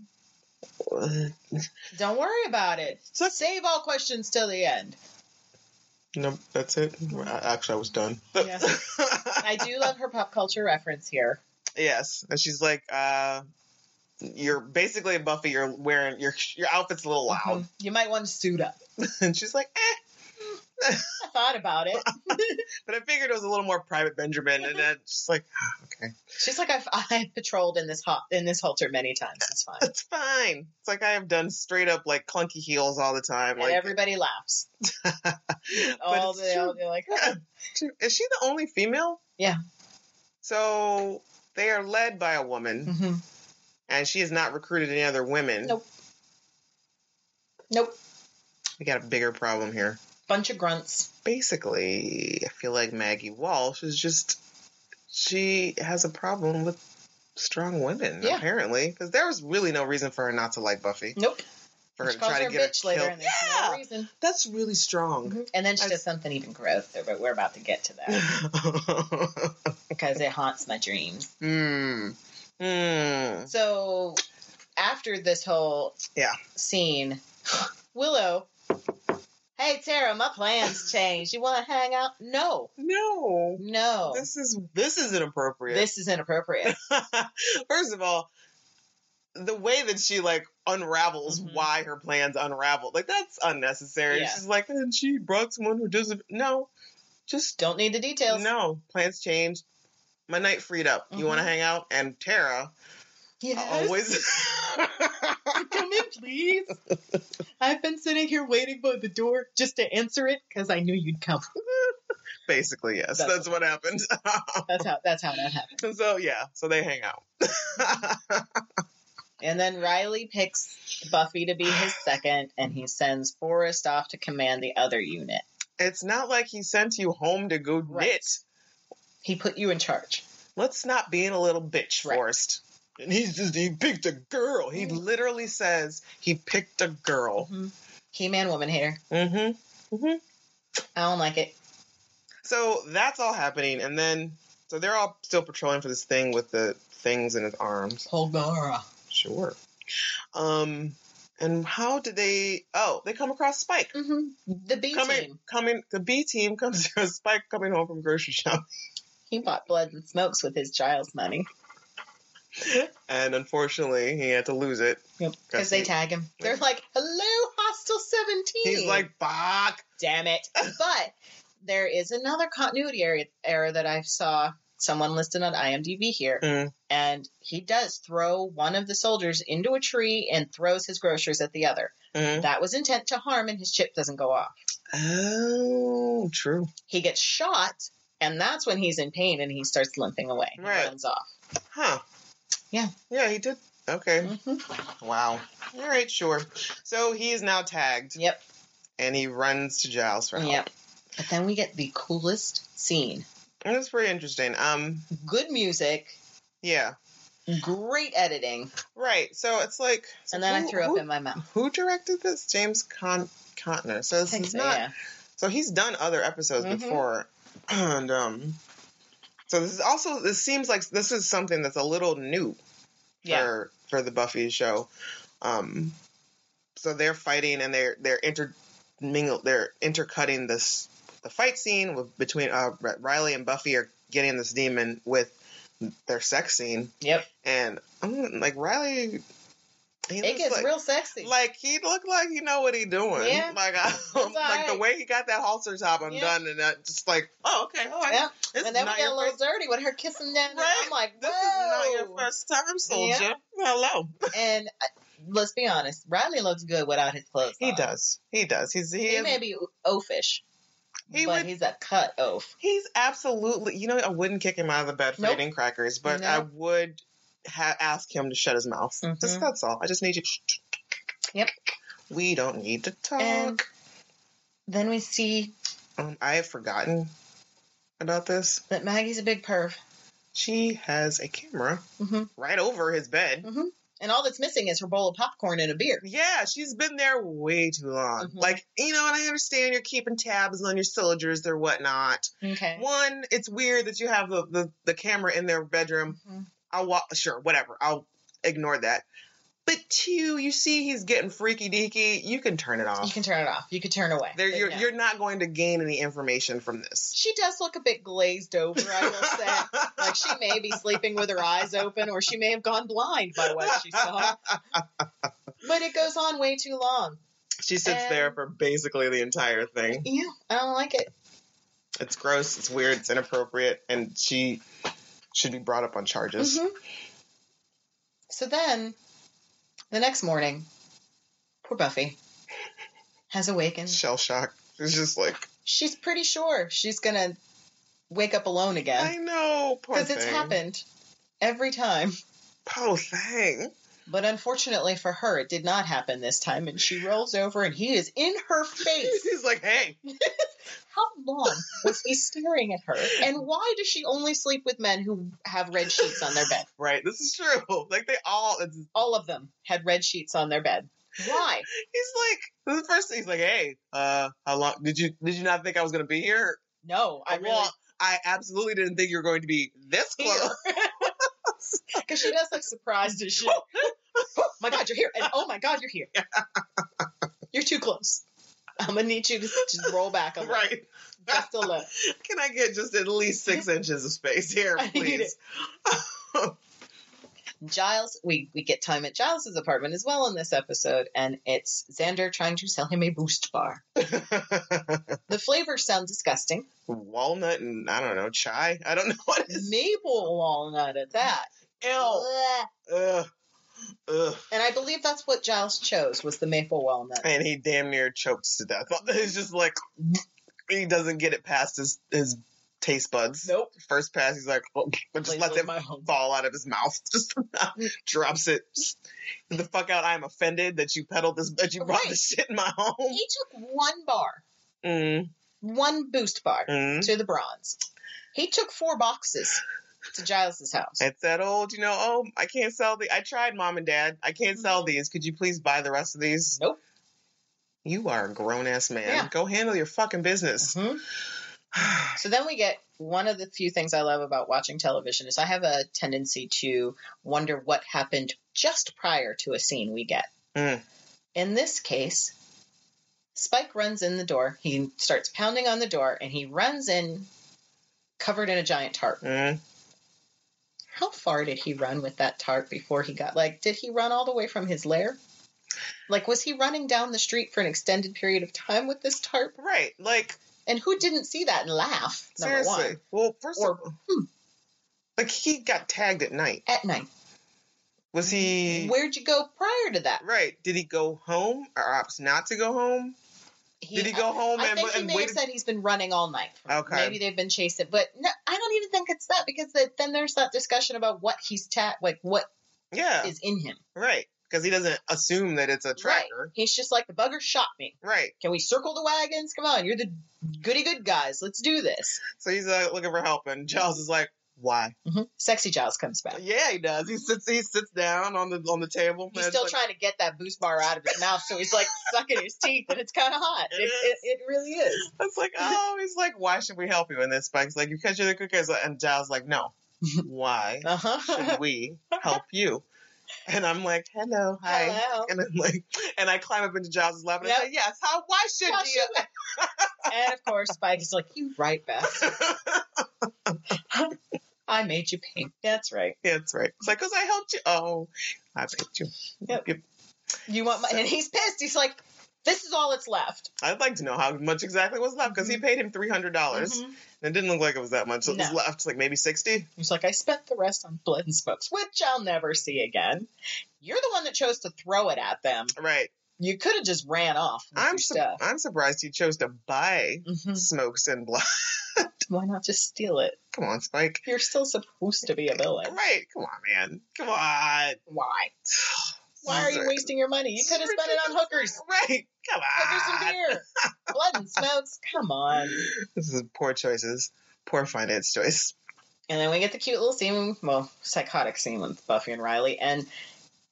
Speaker 6: Don't worry about it.
Speaker 5: So-
Speaker 6: Save all questions till the end.
Speaker 5: No, that's it. Actually, I was done.
Speaker 6: Yeah. I do love her pop culture reference here.
Speaker 5: Yes, and she's like, uh, "You're basically Buffy. You're wearing your your outfit's a little loud,"
Speaker 6: Mhm. You might want to suit up.
Speaker 5: and she's like, "Eh,"
Speaker 6: I thought about it.
Speaker 5: but I figured it was a little more Private Benjamin, and then she's like, "Ah, "Okay,
Speaker 6: She's like, I've, I've patrolled in this hot in this halter many times. It's fine,
Speaker 5: that's fine." It's like I have done straight up like clunky heels all the time.
Speaker 6: and
Speaker 5: Like,
Speaker 6: everybody laughs.
Speaker 5: but
Speaker 6: All
Speaker 5: it's
Speaker 6: the
Speaker 5: true.
Speaker 6: all, they're like, "Huh."
Speaker 5: is she the only female?
Speaker 6: Yeah.
Speaker 5: So they are led by a woman,
Speaker 6: Mhm.
Speaker 5: and she has not recruited any other women.
Speaker 6: Nope. nope,
Speaker 5: We got a bigger problem here.
Speaker 6: bunch of grunts.
Speaker 5: basically, I feel like Maggie Walsh is just she has a problem with strong women
Speaker 6: Yeah.
Speaker 5: apparently because there was really no reason for her not to like Buffy
Speaker 6: Nope.
Speaker 5: for her
Speaker 6: Mm-hmm. she
Speaker 5: to
Speaker 6: calls
Speaker 5: try to
Speaker 6: her a
Speaker 5: get her
Speaker 6: bitch later,
Speaker 5: killed.
Speaker 6: and there's
Speaker 5: yeah,
Speaker 6: no reason.
Speaker 5: that's really strong.
Speaker 6: And then she
Speaker 5: I-
Speaker 6: does something even gross, but we're about to get to that Mm-hmm. because it haunts my dreams.
Speaker 5: Hmm. Hmm.
Speaker 6: So after this whole
Speaker 5: Yeah.
Speaker 6: scene, Willow, hey Tara, my plans changed. You want to hang out? No,
Speaker 5: No.
Speaker 6: no, this,
Speaker 5: This is this is inappropriate.
Speaker 6: is inappropriate.
Speaker 5: First of all, the way that she like unravels
Speaker 6: Mhm.
Speaker 5: why her plans unraveled, like that's unnecessary.
Speaker 6: Yeah.
Speaker 5: She's like, and she brought someone who doesn't. No, just
Speaker 6: Don't need the details.
Speaker 5: no. Plans changed. My night freed up. You want to
Speaker 6: Mhm.
Speaker 5: hang out? And Tara
Speaker 6: Yes.
Speaker 5: always.
Speaker 6: Come in, please. I've been sitting here waiting by the door just to answer it because I knew you'd come.
Speaker 5: Basically, yes,
Speaker 6: That's-
Speaker 5: that's, what happened.
Speaker 6: That's how. That's how that happened.
Speaker 5: so yeah, so they hang out.
Speaker 6: And then Riley picks Buffy to be his second, and he sends Forrest off to command the other unit.
Speaker 5: it's not like he sent you home to go
Speaker 6: Right.
Speaker 5: knit.
Speaker 6: He put you in charge.
Speaker 5: let's not being a little bitch
Speaker 6: Right. Mm-hmm.
Speaker 5: forced. And he's just he picked a girl. He literally says he picked a girl.
Speaker 6: He man, woman hater.
Speaker 5: hmm
Speaker 6: I don't like it.
Speaker 5: So that's all happening, and then so they're all still patrolling for this thing with the things in his arms.
Speaker 6: Polgara.
Speaker 5: Sure. Um, and how did they? Oh, they come across Spike
Speaker 6: hmm The B
Speaker 5: coming.
Speaker 6: team.
Speaker 5: Coming, the B team comes to Spike coming home from grocery shopping,
Speaker 6: He bought blood and smokes with his child's money
Speaker 5: and unfortunately, he had to lose it.
Speaker 6: because they tag him. They're like, "Hello, Hostel 17."
Speaker 5: He's like, "Fuck!"
Speaker 6: "Damn it!" but there is another continuity error, error that I saw someone listed on IMDb here,
Speaker 5: Mm.
Speaker 6: and he does throw one of the soldiers into a tree and throws his groceries at the other.
Speaker 5: Mhm.
Speaker 6: That was intent to harm, and his chip doesn't go off.
Speaker 5: Oh, true.
Speaker 6: He gets shot, and that's when he's in pain and he starts limping away. He
Speaker 5: Right.
Speaker 6: runs off.
Speaker 5: Huh.
Speaker 6: Yeah.
Speaker 5: Yeah, he did. Okay.
Speaker 6: hmm
Speaker 5: Wow. All right, sure. So he is now tagged.
Speaker 6: Yep.
Speaker 5: And he runs to Giles for help.
Speaker 6: Yep. But then we get the coolest scene.
Speaker 5: And it's pretty interesting. Um,
Speaker 6: Good music,
Speaker 5: yeah. Mm.
Speaker 6: great editing,
Speaker 5: Right. So it's like
Speaker 6: and then
Speaker 5: who-
Speaker 6: I threw up
Speaker 5: who,
Speaker 6: in my mouth.
Speaker 5: Who directed this? James Con Contner. So this is
Speaker 6: Texas,
Speaker 5: not
Speaker 6: yeah.
Speaker 5: so he's done other episodes
Speaker 6: Mhm.
Speaker 5: before. And um so this is also this seems like this is something that's a little new
Speaker 6: Yeah.
Speaker 5: for for the Buffy show. Um, so they're fighting and they're they're inter mingle. They're intercutting this the fight scene with, between uh, Riley and Buffy are getting this demon with their sex scene,
Speaker 6: Yep.
Speaker 5: and I'm like Riley. He
Speaker 6: It
Speaker 5: looks
Speaker 6: gets
Speaker 5: like,
Speaker 6: real sexy.
Speaker 5: like he looked like he know what he doing.
Speaker 6: Yeah.
Speaker 5: Like I, like
Speaker 6: alright.
Speaker 5: the way he got that halter top, I'm
Speaker 6: Yeah.
Speaker 5: done, and i just like, oh okay, all right.
Speaker 6: Yeah.
Speaker 5: This
Speaker 6: and
Speaker 5: is
Speaker 6: then we
Speaker 5: not
Speaker 6: got
Speaker 5: your
Speaker 6: a little
Speaker 5: first-
Speaker 6: dirty with her kissing down. there.
Speaker 5: Right.
Speaker 6: I'm like, whoa.
Speaker 5: This is not your first time, soldier.
Speaker 6: Yeah.
Speaker 5: Hello.
Speaker 6: And uh, let's be honest, Riley looks good without his clothes
Speaker 5: He
Speaker 6: on.
Speaker 5: does. He does. He's he,
Speaker 6: He,
Speaker 5: is,
Speaker 6: may be oafish,
Speaker 5: He
Speaker 6: but
Speaker 5: would-
Speaker 6: he's a cut oaf.
Speaker 5: he's absolutely. You know, I wouldn't kick him out of the bed for
Speaker 6: Nope.
Speaker 5: eating crackers, but
Speaker 6: No.
Speaker 5: I would ha- ask him to shut his mouth. Just
Speaker 6: Mhm.
Speaker 5: that's all. I just need you.
Speaker 6: Yep.
Speaker 5: We don't need to talk.
Speaker 6: And- Then we see
Speaker 5: um, I have forgotten about this.
Speaker 6: that Maggie's a big perv.
Speaker 5: She has a camera
Speaker 6: hmm
Speaker 5: right over his bed.
Speaker 6: Mm-hmm. And all that's missing is her bowl of popcorn and a beer.
Speaker 5: Yeah, she's been there way too long.
Speaker 6: Mhm.
Speaker 5: Like, you know, and I understand you're keeping tabs on your soldiers or whatnot.
Speaker 6: Okay.
Speaker 5: One, it's weird that you have the, the, the camera in their bedroom.
Speaker 6: Mhm.
Speaker 5: I'll walk, sure, whatever. I'll ignore that. But two, you see he's getting freaky deaky. You can turn it
Speaker 6: You
Speaker 5: off.
Speaker 6: can turn it off. You can turn away.
Speaker 5: There,
Speaker 6: They
Speaker 5: you're,
Speaker 6: know.
Speaker 5: you're not going to gain any information from this.
Speaker 6: She does look a bit glazed over, I will say. like she may be sleeping with her eyes open or she may have gone blind by what she saw but it goes on way too long
Speaker 5: She sits there
Speaker 6: And-
Speaker 5: for basically the entire thing.
Speaker 6: yeah i don't like it
Speaker 5: It's gross. It's weird. It's inappropriate, and she should be brought up on charges.
Speaker 6: Mhm. so then the next morning poor buffy has awakened
Speaker 5: Shell shock. It's just like
Speaker 6: she's pretty sure she's gonna wake up alone
Speaker 5: I
Speaker 6: again
Speaker 5: know, poor
Speaker 6: because
Speaker 5: thing.
Speaker 6: it's happened every time
Speaker 5: Poor thing.
Speaker 6: but unfortunately for her it did not happen this time and she rolls over and he is in her face
Speaker 5: He's like, hey,
Speaker 6: How long was he staring at her? And why does she only sleep with men who have red sheets on their bed?
Speaker 5: right? This is true. Like they all. It's,
Speaker 6: All of them had red sheets on their bed. Why?
Speaker 5: he's like, the first thing he's like, hey, uh, how long did you did you not think I was gonna be here?
Speaker 6: No, I really
Speaker 5: want- I absolutely didn't think you were going to be this
Speaker 6: here.
Speaker 5: close.
Speaker 6: Because she does look surprised as shit. oh my god, you're here! And oh my god, you're here! You're too close. I'm gonna need you to just roll back a little,
Speaker 5: Right?
Speaker 6: just a little.
Speaker 5: Can I get just at least six inches of space here,
Speaker 6: I need
Speaker 5: please?
Speaker 6: it. Giles, we we get time at Giles's apartment as well in this episode, and it's Xander trying to sell him a Boost bar. The flavors sound disgusting.
Speaker 5: Walnut and I don't know chai. I don't know what. It is.
Speaker 6: maple walnut at that.
Speaker 5: Ew.
Speaker 6: Blech.
Speaker 5: Ugh. Ugh.
Speaker 6: And I believe that's what Giles chose was the maple walnut.
Speaker 5: and he damn near chokes to death. It's just like he doesn't get it past his his taste buds.
Speaker 6: Nope.
Speaker 5: First pass, he's like, oh, but just
Speaker 6: Please
Speaker 5: lets
Speaker 6: leave
Speaker 5: it
Speaker 6: my home.
Speaker 5: fall out of his mouth. Just drops it Just, the fuck out. I'm offended that you peddled this, that you brought
Speaker 6: Right.
Speaker 5: this shit in my home.
Speaker 6: He took one bar,
Speaker 5: Mm,
Speaker 6: one boost bar
Speaker 5: mm.
Speaker 6: to the bronze. He took four boxes to Giles's house.
Speaker 5: It's that old, you know. Oh, I can't sell the. I tried, mom and dad. I can't sell these. Could you please buy the rest of these?
Speaker 6: Mm-hmm. Nope.
Speaker 5: You are a grown ass man.
Speaker 6: Yeah. Mm-hmm.
Speaker 5: Go handle your fucking business.
Speaker 6: Mhm. So then we get one of the few things I love about watching television is I have a tendency to wonder what happened just prior to a scene we get.
Speaker 5: Mm.
Speaker 6: In this case, Spike runs in the door. He starts pounding on the door and he runs in covered in a giant tarp.
Speaker 5: Mm.
Speaker 6: How far did he run with that tarp before he got like did he run all the way from his lair? Like was he running down the street for an extended period of time with this tarp?
Speaker 5: Right. Like
Speaker 6: And who didn't see that and laugh? Number
Speaker 5: Seriously.
Speaker 6: one.
Speaker 5: Well, first
Speaker 6: Or- hmm.
Speaker 5: of all, like he got tagged at night.
Speaker 6: At night.
Speaker 5: Was he
Speaker 6: Where'd you go prior to that?
Speaker 5: right? Did he go home or opt not to go home? Did he go home
Speaker 6: I
Speaker 5: and,
Speaker 6: think he
Speaker 5: and
Speaker 6: may
Speaker 5: waited?
Speaker 6: have said he's been running all night.
Speaker 5: Okay.
Speaker 6: Maybe they've been chasing, but no, I don't even think it's that because the, then there's that discussion about what he's ta- like what
Speaker 5: yeah,
Speaker 6: is in him.
Speaker 5: right. Because he doesn't assume that it's a tracker.
Speaker 6: He's just like the bugger shot me.
Speaker 5: Right.
Speaker 6: Can we circle the wagons? Come on, you're the goody good guys. Let's do this.
Speaker 5: So he's uh, looking for help, and Giles is like, "Why?"
Speaker 6: Mm-hmm. Sexy Giles comes back.
Speaker 5: Yeah, he does. He sits. He sits down on the on the table.
Speaker 6: He's
Speaker 5: and
Speaker 6: still
Speaker 5: it's like,
Speaker 6: trying to get that boost bar out of his mouth, so he's like sucking his teeth, and it's kind of hot.
Speaker 5: It
Speaker 6: It,
Speaker 5: is.
Speaker 6: it, it really is.
Speaker 5: It's like, oh, he's like, "Why should we help you?" And then Spike's like, "Because you're the good guys." And Giles is like, "No, why
Speaker 6: Uh
Speaker 5: should
Speaker 6: huh.
Speaker 5: we help you?" And I'm like, hello, hi.
Speaker 6: Hello.
Speaker 5: And I'm like, and I climb up into Giles' lap and
Speaker 6: Yep.
Speaker 5: I say, yes, how, why should
Speaker 6: Why
Speaker 5: you?
Speaker 6: should we? and of course, Spike is like, "You right, Beth. I made you pink. That's right.
Speaker 5: Yeah, That's right. It's like, because I helped you. Oh, I picked you.
Speaker 6: Yep. You want my?" And he's pissed. he's like, "This is all that's left."
Speaker 5: I'd like to know how much exactly was left because he paid him $300. dollars
Speaker 6: Mhm.
Speaker 5: And it didn't look like it was that much. It was
Speaker 6: Mm-hmm. No.
Speaker 5: left It's like maybe 60
Speaker 6: He's like, "I spent the rest on blood and smokes, which I'll never see again." You're the one that chose to throw it at them.
Speaker 5: Right.
Speaker 6: You could have just ran off with
Speaker 5: I'm,
Speaker 6: your
Speaker 5: su-
Speaker 6: stuff.
Speaker 5: I'm surprised he chose to buy
Speaker 6: hmm
Speaker 5: smokes and blood.
Speaker 6: Why not just steal it?
Speaker 5: Come on, Spike.
Speaker 6: You're still supposed to be a villain.
Speaker 5: Right. Come on, man. Come on.
Speaker 6: Why? Why are you wasting your money? You could have spent it on hookers,
Speaker 5: Right. Come
Speaker 6: hookers and
Speaker 5: on.
Speaker 6: beer, blood and smokes. Come on.
Speaker 5: This is poor choices. Poor finance choice.
Speaker 6: And then we get the cute little scene, well, psychotic scene with Buffy and Riley, and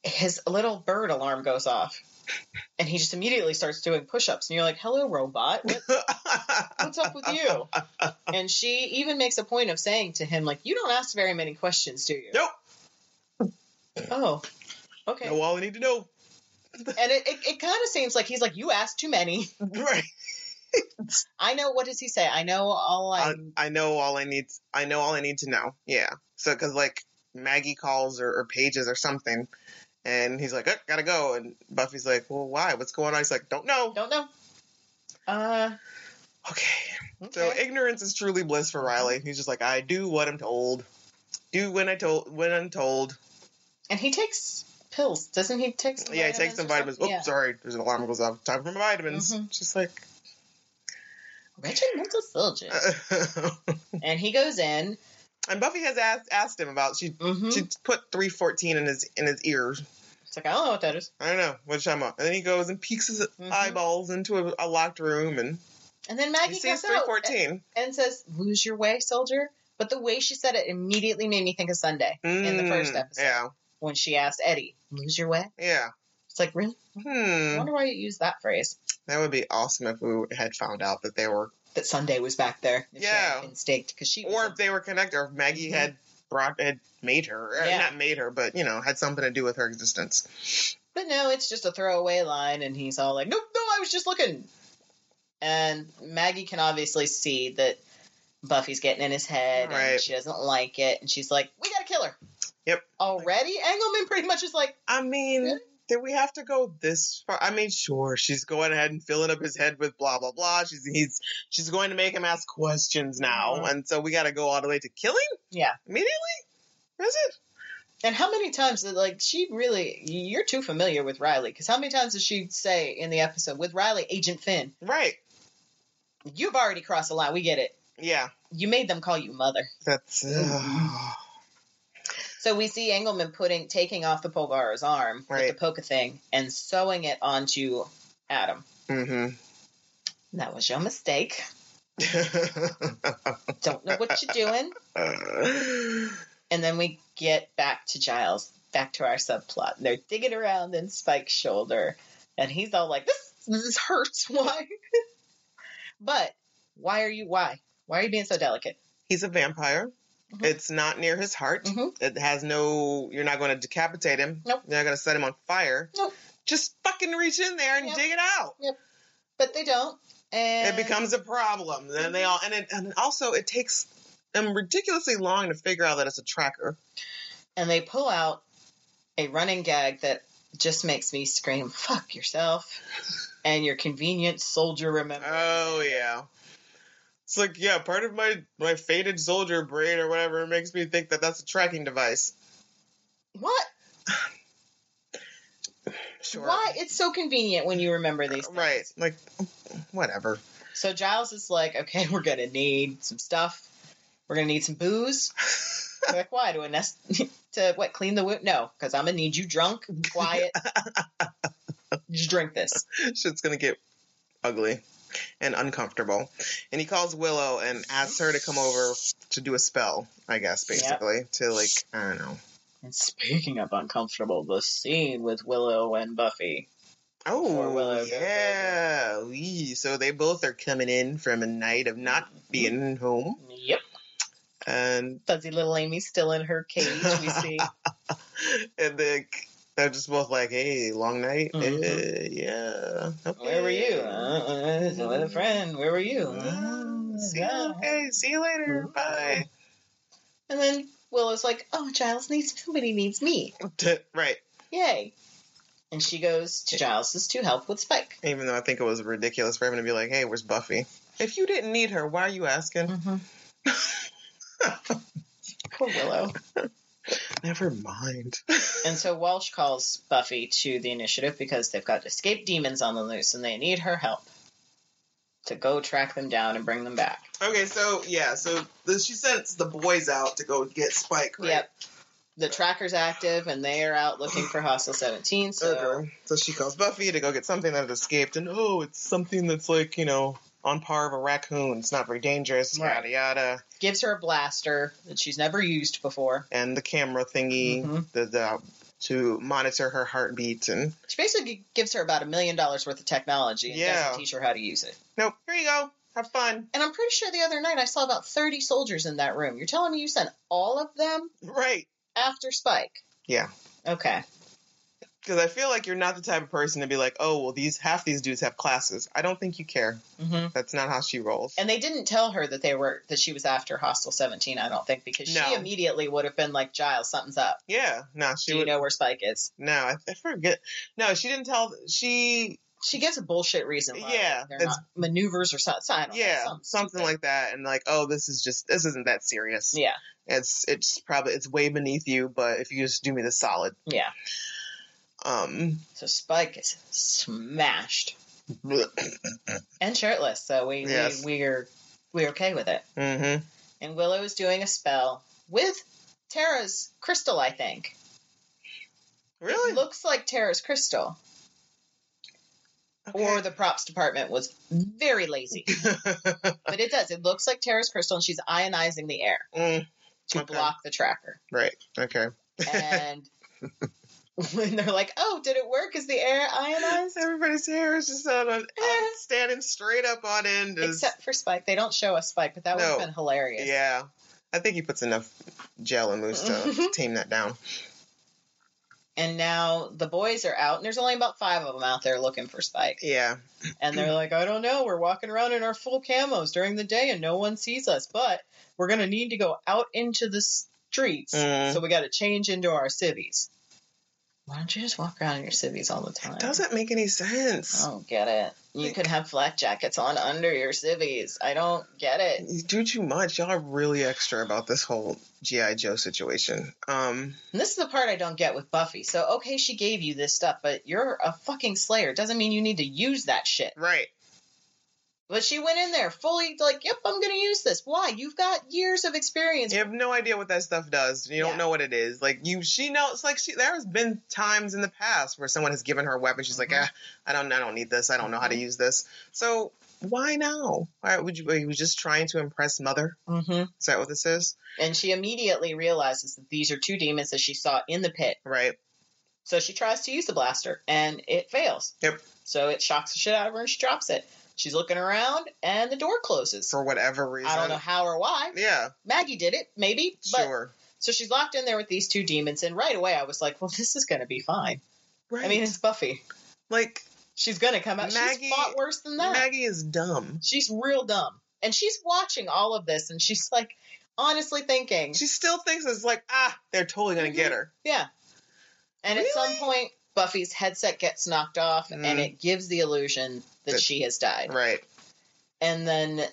Speaker 6: his little bird alarm goes off. And he just immediately starts doing push ups. And you're like, hello, robot. What, what's up with you? And she even makes a point of saying to him, like, you don't ask very many questions, do you?
Speaker 5: nope.
Speaker 6: Oh, okay.
Speaker 5: Know all I need to know.
Speaker 6: And it, it, it kind of seems like he's like, you asked too many.
Speaker 5: Right.
Speaker 6: I know, what does he say? I know all I.
Speaker 5: I, I know all I need. I know all I need to know. Yeah. So because like Maggie calls or, or pages or something, and he's like, "Uh, gotta go. And Buffy's like, well, why? What's going on? He's like, don't know.
Speaker 6: don't know. Uh,
Speaker 5: Okay. So
Speaker 6: okay. Mm-hmm.
Speaker 5: ignorance is truly bliss for Riley. He's just like, I do what I'm told. Do when I told when I'm told.
Speaker 6: and he takes pills, doesn't he? Take some
Speaker 5: yeah, he takes
Speaker 6: or
Speaker 5: some vitamins.
Speaker 6: something?
Speaker 5: Oops, sorry. There's an alarm goes off. Time for my vitamins.
Speaker 6: Mhm.
Speaker 5: Just like,
Speaker 6: Regimental soldier. and he goes in.
Speaker 5: and Buffy has asked asked him about. She
Speaker 6: Mm-hmm.
Speaker 5: she put three fourteen in his in his ears.
Speaker 6: It's like, I don't know what that is.
Speaker 5: I don't know what you're talking about. And then he goes and peeks his
Speaker 6: Mhm.
Speaker 5: eyeballs into a, a locked room, and
Speaker 6: And then
Speaker 5: he
Speaker 6: Maggie
Speaker 5: sees
Speaker 6: comes out
Speaker 5: 314.
Speaker 6: and says, Lose your way, soldier. But the way she said it immediately made me think of Sunday in the first
Speaker 5: Mm,
Speaker 6: episode
Speaker 5: Yeah,
Speaker 6: when she asked Eddie, Lose your way?
Speaker 5: yeah.
Speaker 6: It's like, Really? I
Speaker 5: Hmm.
Speaker 6: wonder why you use that phrase.
Speaker 5: That would be awesome if we had found out that they were,
Speaker 6: That Sunday was back there. If She
Speaker 5: Yeah.
Speaker 6: hadn't been staked because she was.
Speaker 5: or
Speaker 6: in-
Speaker 5: if they were connected, or if Maggie
Speaker 6: Mhm.
Speaker 5: had brought had made her, or
Speaker 6: Yeah.
Speaker 5: not made her, but you know, had something to do with her existence.
Speaker 6: But no, it's just a throwaway line, and he's all like, "Nope, no, I was just looking." And Maggie can obviously see that Buffy's getting in his head,
Speaker 5: Right.
Speaker 6: and she doesn't like it, and she's like, "We gotta kill her."
Speaker 5: Yep.
Speaker 6: Already, Engelman pretty much is like,
Speaker 5: I mean,
Speaker 6: Really?
Speaker 5: did we have to go this far? I mean, sure, she's going ahead and filling up his head with blah blah blah. She's he's she's going to make him ask questions now,
Speaker 6: Mhm.
Speaker 5: and so we got to go all the way to killing
Speaker 6: "Yeah."
Speaker 5: immediately. Is it?
Speaker 6: And how many times, like, she really? You're too familiar with Riley, because how many times does she say in the episode with Riley, Agent Finn,
Speaker 5: Right.
Speaker 6: "You've already crossed the line. We get it.
Speaker 5: Yeah.
Speaker 6: You made them call you mother."
Speaker 5: That's
Speaker 6: Mm-hmm.
Speaker 5: uh,
Speaker 6: So we see Engelman putting taking off the Polgara's arm
Speaker 5: Right.
Speaker 6: with the polka thing and sewing it onto Adam.
Speaker 5: hmm
Speaker 6: That was your mistake. Don't know what you're doing.
Speaker 5: uh, mm-hmm.
Speaker 6: And then we get back to Giles, back to our subplot. They're digging around in Spike's shoulder, and he's all like, "This, this hurts. Why?" but why are you? Why? Why are you being so delicate?
Speaker 5: He's a vampire.
Speaker 6: Mhm.
Speaker 5: It's not near his heart.
Speaker 6: Mhm.
Speaker 5: It has no. You're not going to decapitate him.
Speaker 6: Nope.
Speaker 5: You're not going to set him on fire.
Speaker 6: Nope.
Speaker 5: Just fucking reach in there and
Speaker 6: Yep.
Speaker 5: dig it out.
Speaker 6: But they don't. And
Speaker 5: It becomes a problem. Then they all and it and also it takes them ridiculously long to figure out that it's a tracker.
Speaker 6: and they pull out a running gag that just makes me scream, "Fuck yourself!" and your convenient soldier remember.
Speaker 5: Oh yeah. It's like yeah, part of my my faded soldier brain or whatever makes me think that that's a tracking device.
Speaker 6: what?
Speaker 5: Sure. Uh,
Speaker 6: Why? It's so convenient when you remember these things.
Speaker 5: Right. Like, whatever.
Speaker 6: So Giles is like, okay, we're gonna need some stuff. We're gonna need some booze. They're like, why? To nest to what? Clean the wound? No, because I'm gonna need you drunk, quiet. Just drink this.
Speaker 5: Shit's gonna get ugly and uncomfortable. And he calls Willow and asks her to come over to do a spell, I guess, basically. To, like, I don't know.
Speaker 6: And speaking of uncomfortable, the scene with Willow and Buffy. Before
Speaker 5: Oh,
Speaker 6: Willow goes
Speaker 5: yeah. Wee. So they both are coming in from a night of not
Speaker 6: Mm-hmm.
Speaker 5: being home.
Speaker 6: Yep.
Speaker 5: And
Speaker 6: Fuzzy little Amy's still in her cage. We see.
Speaker 5: and then they're just both like, "Hey, long night.
Speaker 6: Mhm.
Speaker 5: Eh, yeah. Okay.
Speaker 6: Where were you? Uh, uh, with a friend. Where were you?
Speaker 5: Uh,
Speaker 6: Uh,
Speaker 5: see you-
Speaker 6: yeah.
Speaker 5: Okay. See you later.
Speaker 6: Mhm.
Speaker 5: Bye."
Speaker 6: And then Willow's like, "Oh, Giles needs somebody needs me.
Speaker 5: right.
Speaker 6: Yay!" And she goes to Giles's to help with Spike.
Speaker 5: Even though I think it was ridiculous for him to be like, "Hey, where's Buffy?" If you didn't need her, why are you asking?
Speaker 6: Mm-hmm. Poor Willow.
Speaker 5: Never mind.
Speaker 6: And so Walsh calls Buffy to the initiative because they've got escaped demons on the loose and they need her help to go track them down and bring them back.
Speaker 5: okay, so yeah, so the, she sends the boys out to go get Spike. Right?
Speaker 6: Yep. The tracker's active and they are out looking for Hostel 17. So
Speaker 5: Okay. So she calls Buffy to go get something that had escaped, and oh, it's something that's like, you know, on par of a raccoon. It's not very dangerous,
Speaker 6: Right.
Speaker 5: yada yada.
Speaker 6: gives her a blaster that she's never used before.
Speaker 5: And the camera thingy
Speaker 6: Mhm.
Speaker 5: the, the, to monitor her heartbeat. And
Speaker 6: She basically gives her about a million dollars worth of technology and
Speaker 5: Yeah.
Speaker 6: doesn't teach her how to use it.
Speaker 5: nope, here you go. Have fun.
Speaker 6: And I'm pretty sure the other night I saw about 30 soldiers in that room. You're telling me you sent all of them
Speaker 5: Right.
Speaker 6: after Spike?
Speaker 5: Yeah.
Speaker 6: Okay.
Speaker 5: Because I feel like you're not the type of person to be like, oh, well, these half these dudes have classes. I don't think you care.
Speaker 6: Mm-hmm.
Speaker 5: That's not how she rolls.
Speaker 6: And they didn't tell her that they were that she was after Hostel Seventeen. I don't think because
Speaker 5: No.
Speaker 6: she immediately would have been like, "Giles, something's up.
Speaker 5: yeah, no, she
Speaker 6: Do you
Speaker 5: would.
Speaker 6: know where Spike is?"
Speaker 5: No, I, I forget. No, she didn't tell. She
Speaker 6: She gives a bullshit reason. Why
Speaker 5: Yeah,
Speaker 6: they're
Speaker 5: it's-
Speaker 6: not maneuvers or something. I don't know,
Speaker 5: yeah,
Speaker 6: something,
Speaker 5: something
Speaker 6: stupid.
Speaker 5: like that, and like, oh, this is just this isn't that serious.
Speaker 6: yeah,
Speaker 5: It's it's probably it's way beneath you, but if you just do me the solid,
Speaker 6: yeah.
Speaker 5: um,
Speaker 6: So Spike is smashed
Speaker 5: mm-hmm.
Speaker 6: and shirtless. So we
Speaker 5: Yes.
Speaker 6: we we're we're okay with it.
Speaker 5: mm-hmm.
Speaker 6: And Willow is doing a spell with Tara's crystal. I think
Speaker 5: really,
Speaker 6: it looks like Tara's crystal. Or the props department was very lazy.
Speaker 5: the
Speaker 6: but it does. It looks like Terra's crystal, and she's ionizing the air
Speaker 5: mm,
Speaker 6: to
Speaker 5: Okay.
Speaker 6: block the tracker.
Speaker 5: right, okay.
Speaker 6: And when they're like, "Oh, did it work? Is the air ionized?"
Speaker 5: Everybody's hair is just out on, out- standing straight up on end. Is,
Speaker 6: Except for Spike, they don't show us Spike, but that would have
Speaker 5: No.
Speaker 6: been hilarious.
Speaker 5: yeah, I think he puts enough gel and mousse
Speaker 6: Mm-hmm.
Speaker 5: to tame that down.
Speaker 6: And now the boys are out, and there's only about five of them out there looking for Spike.
Speaker 5: Yeah,
Speaker 6: And they're like, "I don't know. We're walking around in our full camos during the day, and no one sees us. But we're gonna need to go out into the streets,
Speaker 5: Mm.
Speaker 6: so we got to change into our civvies." Why don't you just walk around in your civvies all the time?
Speaker 5: doesn't make any sense.
Speaker 6: I don't get it. You could have flak jackets on under your civvies. I don't get it.
Speaker 5: You do too much. Y'all are really extra about this whole GI Joe situation. Um,
Speaker 6: And this is the part I don't get with Buffy. So okay, she gave you this stuff, but you're a fucking slayer. Doesn't mean you need to use that shit.
Speaker 5: right.
Speaker 6: But she went in there fully like, yep, I'm gonna use this. Why? You've got years of experience.
Speaker 5: You have no idea what that stuff does. You don't
Speaker 6: Yeah.
Speaker 5: know what it is. Like you, she knows. Like she, there has been times in the past where someone has given her a weapon. She's
Speaker 6: Mhm.
Speaker 5: like, ah, I don't, I don't need this. I don't know how
Speaker 6: Mm-hmm.
Speaker 5: to use this. So why now? Why would you? Are you just trying to impress mother?
Speaker 6: Mm-hmm.
Speaker 5: Is that what this is?
Speaker 6: And she immediately realizes that these are two demons that she saw in the pit.
Speaker 5: Right.
Speaker 6: So she tries to use the blaster and it fails.
Speaker 5: Yep.
Speaker 6: So it shocks the shit out of her and she drops it. She's looking around and the door closes.
Speaker 5: For whatever reason.
Speaker 6: I don't know how or why.
Speaker 5: Yeah.
Speaker 6: Maggie did it, maybe. But
Speaker 5: Sure.
Speaker 6: so she's locked in there with these two demons, and right away I was like, "Well, this is going to be fine."
Speaker 5: Right.
Speaker 6: I mean, it's Buffy.
Speaker 5: like
Speaker 6: She's going to come out.
Speaker 5: Maggie-
Speaker 6: she's fought worse than that.
Speaker 5: Maggie is dumb.
Speaker 6: she's real dumb, and she's watching all of this, and she's like, honestly thinking,
Speaker 5: She still thinks it's like, ah, they're totally gonna
Speaker 6: Mhm.
Speaker 5: get her.
Speaker 6: yeah. And at some
Speaker 5: Really?
Speaker 6: point, Buffy's headset gets knocked off, and
Speaker 5: Mm.
Speaker 6: it gives the illusion that,
Speaker 5: That-
Speaker 6: she has died.
Speaker 5: Right.
Speaker 6: And then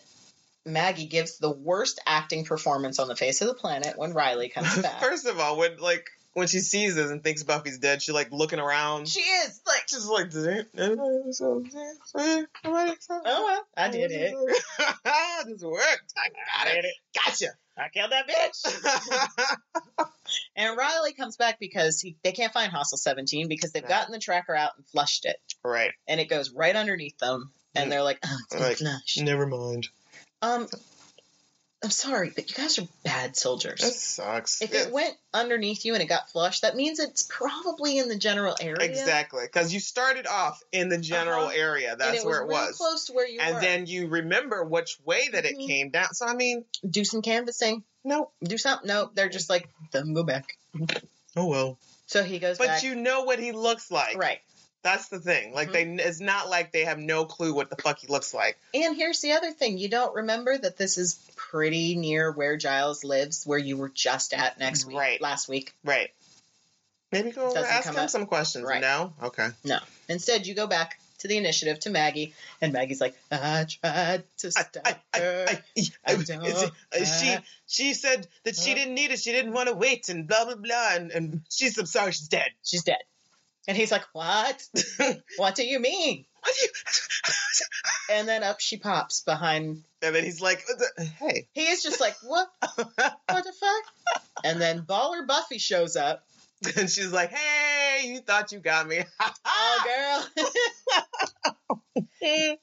Speaker 6: Maggie gives the worst acting performance on the face of the planet when Riley comes back.
Speaker 5: First of all, when like when she sees this and thinks Buffy's dead, she like looking around.
Speaker 6: she is like,
Speaker 5: She's like, "Did it- anybody else- somebody- somebody-
Speaker 6: oh, well, I did it.
Speaker 5: this worked. I got it. Gotcha.
Speaker 6: I killed that bitch. And Riley comes back because he, they can't find Hostel 17 because they've
Speaker 5: Right.
Speaker 6: gotten the tracker out and flushed it.
Speaker 5: right.
Speaker 6: And it goes right underneath them.
Speaker 5: Mm.
Speaker 6: And they're like, oh, it's been
Speaker 5: Like- mm.
Speaker 6: flushed.
Speaker 5: Never mind.
Speaker 6: Um, I'm sorry, but you guys are bad soldiers.
Speaker 5: That sucks.
Speaker 6: if
Speaker 5: Yeah.
Speaker 6: it went underneath you and it got flushed, that means it's probably in the general area.
Speaker 5: exactly, because you started off in the general
Speaker 6: Uh-huh.
Speaker 5: area. That's
Speaker 6: and it
Speaker 5: where
Speaker 6: was real
Speaker 5: it was.
Speaker 6: close to where you
Speaker 5: and
Speaker 6: were.
Speaker 5: then you remember which way that it
Speaker 6: Mhm.
Speaker 5: came down. So I mean,
Speaker 6: do some canvassing,
Speaker 5: no.
Speaker 6: do something. No, they're just like, them go back.
Speaker 5: Oh well.
Speaker 6: So he goes
Speaker 5: But
Speaker 6: back.
Speaker 5: you know what he looks like.
Speaker 6: right. Mm-hmm.
Speaker 5: That's the thing. Like they, it's not like they have no clue what the fuck he looks like.
Speaker 6: And here's the other thing you don't remember that this is pretty near where Giles lives, where you were just at next week,
Speaker 5: Right.
Speaker 6: last week.
Speaker 5: Right. Maybe go over and
Speaker 6: Doesn't
Speaker 5: ask
Speaker 6: come
Speaker 5: him
Speaker 6: up.
Speaker 5: some questions.
Speaker 6: Right.
Speaker 5: No? Okay.
Speaker 6: No. Instead, you go back to the initiative to Maggie, and Maggie's like, I tried to stop
Speaker 5: I- I-
Speaker 6: her. Uh,
Speaker 5: I-
Speaker 6: I
Speaker 5: is-
Speaker 6: don't-
Speaker 5: is she uh, she said that she
Speaker 6: Uh.
Speaker 5: didn't need it, she didn't want to wait and blah blah blah and, and she's I'm sorry she's dead.
Speaker 6: She's dead. And he's like, What? what do you mean?
Speaker 5: What do you
Speaker 6: And then up she pops behind.
Speaker 5: And then he's like, "What the- hey.
Speaker 6: He is just like, What? what the fuck? And then Baller Buffy shows up.
Speaker 5: And she's like, hey, you thought you got me. Ah!
Speaker 6: Oh, girl. Oh,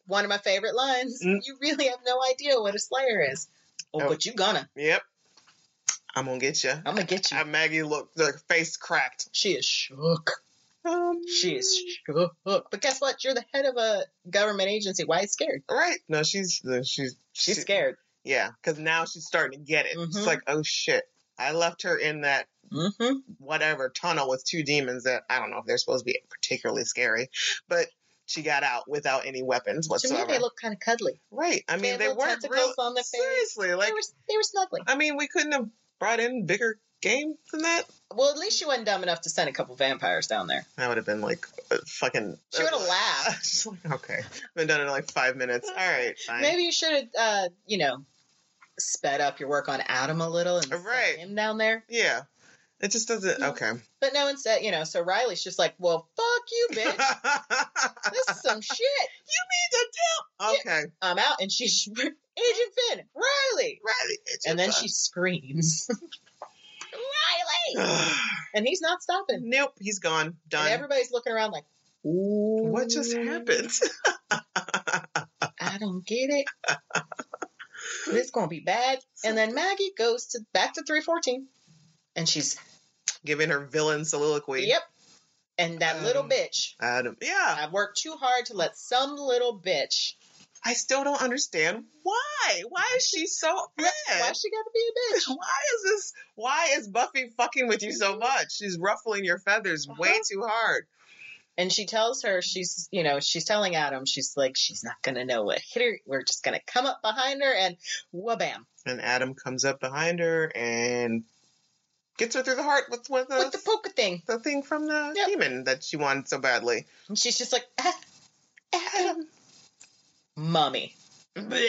Speaker 6: One of my favorite lines.
Speaker 5: Mm.
Speaker 6: You really have no idea what a Slayer is. Oh,
Speaker 5: Oh.
Speaker 6: but you gonna.
Speaker 5: yep. I'm gonna get you.
Speaker 6: I'm gonna get you.
Speaker 5: And Maggie looked, her face cracked.
Speaker 6: she is shook.
Speaker 5: Um,
Speaker 6: She is shook. But guess what? You're the head of a government agency. Why is scared?
Speaker 5: right. No, she's she's
Speaker 6: She's
Speaker 5: she-
Speaker 6: scared.
Speaker 5: Yeah, because now she's starting to get it.
Speaker 6: Mhm.
Speaker 5: She's like, oh shit, I left her in that
Speaker 6: Mm-hmm.
Speaker 5: whatever tunnel with two demons that I don't know if they're supposed to be particularly scary, but she got out without any weapons
Speaker 6: To me,
Speaker 5: whatsoever.
Speaker 6: they look kind of cuddly.
Speaker 5: right. I
Speaker 6: they
Speaker 5: mean,
Speaker 6: had
Speaker 5: they
Speaker 6: little
Speaker 5: weren't
Speaker 6: tentacles
Speaker 5: real.
Speaker 6: on their face.
Speaker 5: Seriously, like,
Speaker 6: they were they were snuggling.
Speaker 5: I mean, we couldn't have brought in bigger game than that.
Speaker 6: Well, at least she wasn't dumb enough to send a couple vampires down there.
Speaker 5: That would have been like uh, fucking.
Speaker 6: She would have laughed.
Speaker 5: Just like, okay, been done in like five minutes. All right, fine.
Speaker 6: Maybe you should have, uh, you know, sped up your work on Adam a little and sent
Speaker 5: Right.
Speaker 6: him down there.
Speaker 5: Yeah, it just doesn't. Okay.
Speaker 6: But no, instead, you know, so Riley's just like, well, fuck you, bitch. this is some shit.
Speaker 5: you need to tell. Okay,
Speaker 6: I'm out. And she's Agent Finn, Riley.
Speaker 5: Riley. it's
Speaker 6: And
Speaker 5: your
Speaker 6: then
Speaker 5: turn.
Speaker 6: she screams, Riley. And he's not stopping.
Speaker 5: nope, he's gone. Done.
Speaker 6: And everybody's looking around like, Ooh,
Speaker 5: what just happened?
Speaker 6: I don't get it. this is gonna be bad. And then Maggie goes to back to 314, and she's
Speaker 5: Giving her villain soliloquy.
Speaker 6: yep. And that little
Speaker 5: Um.
Speaker 6: bitch,
Speaker 5: Adam. Yeah.
Speaker 6: I've worked too hard to let some little bitch.
Speaker 5: I still don't understand why. Why is she so mad?
Speaker 6: Why she got to be a bitch?
Speaker 5: Why is this? Why is Buffy fucking with you so much? She's ruffling your feathers way
Speaker 6: Uh-huh.
Speaker 5: too hard.
Speaker 6: And she tells her she's, you know, she's telling Adam she's like she's not gonna know what hit her. We're just gonna come up behind her and whabam
Speaker 5: And Adam comes up behind her and gets her through the heart with with,
Speaker 6: with the
Speaker 5: the,
Speaker 6: poker thing.
Speaker 5: the thing from the
Speaker 6: Yep.
Speaker 5: demon that she wanted so badly.
Speaker 6: And she's just like, ah,
Speaker 5: Adam.
Speaker 6: mommy.
Speaker 5: Blech.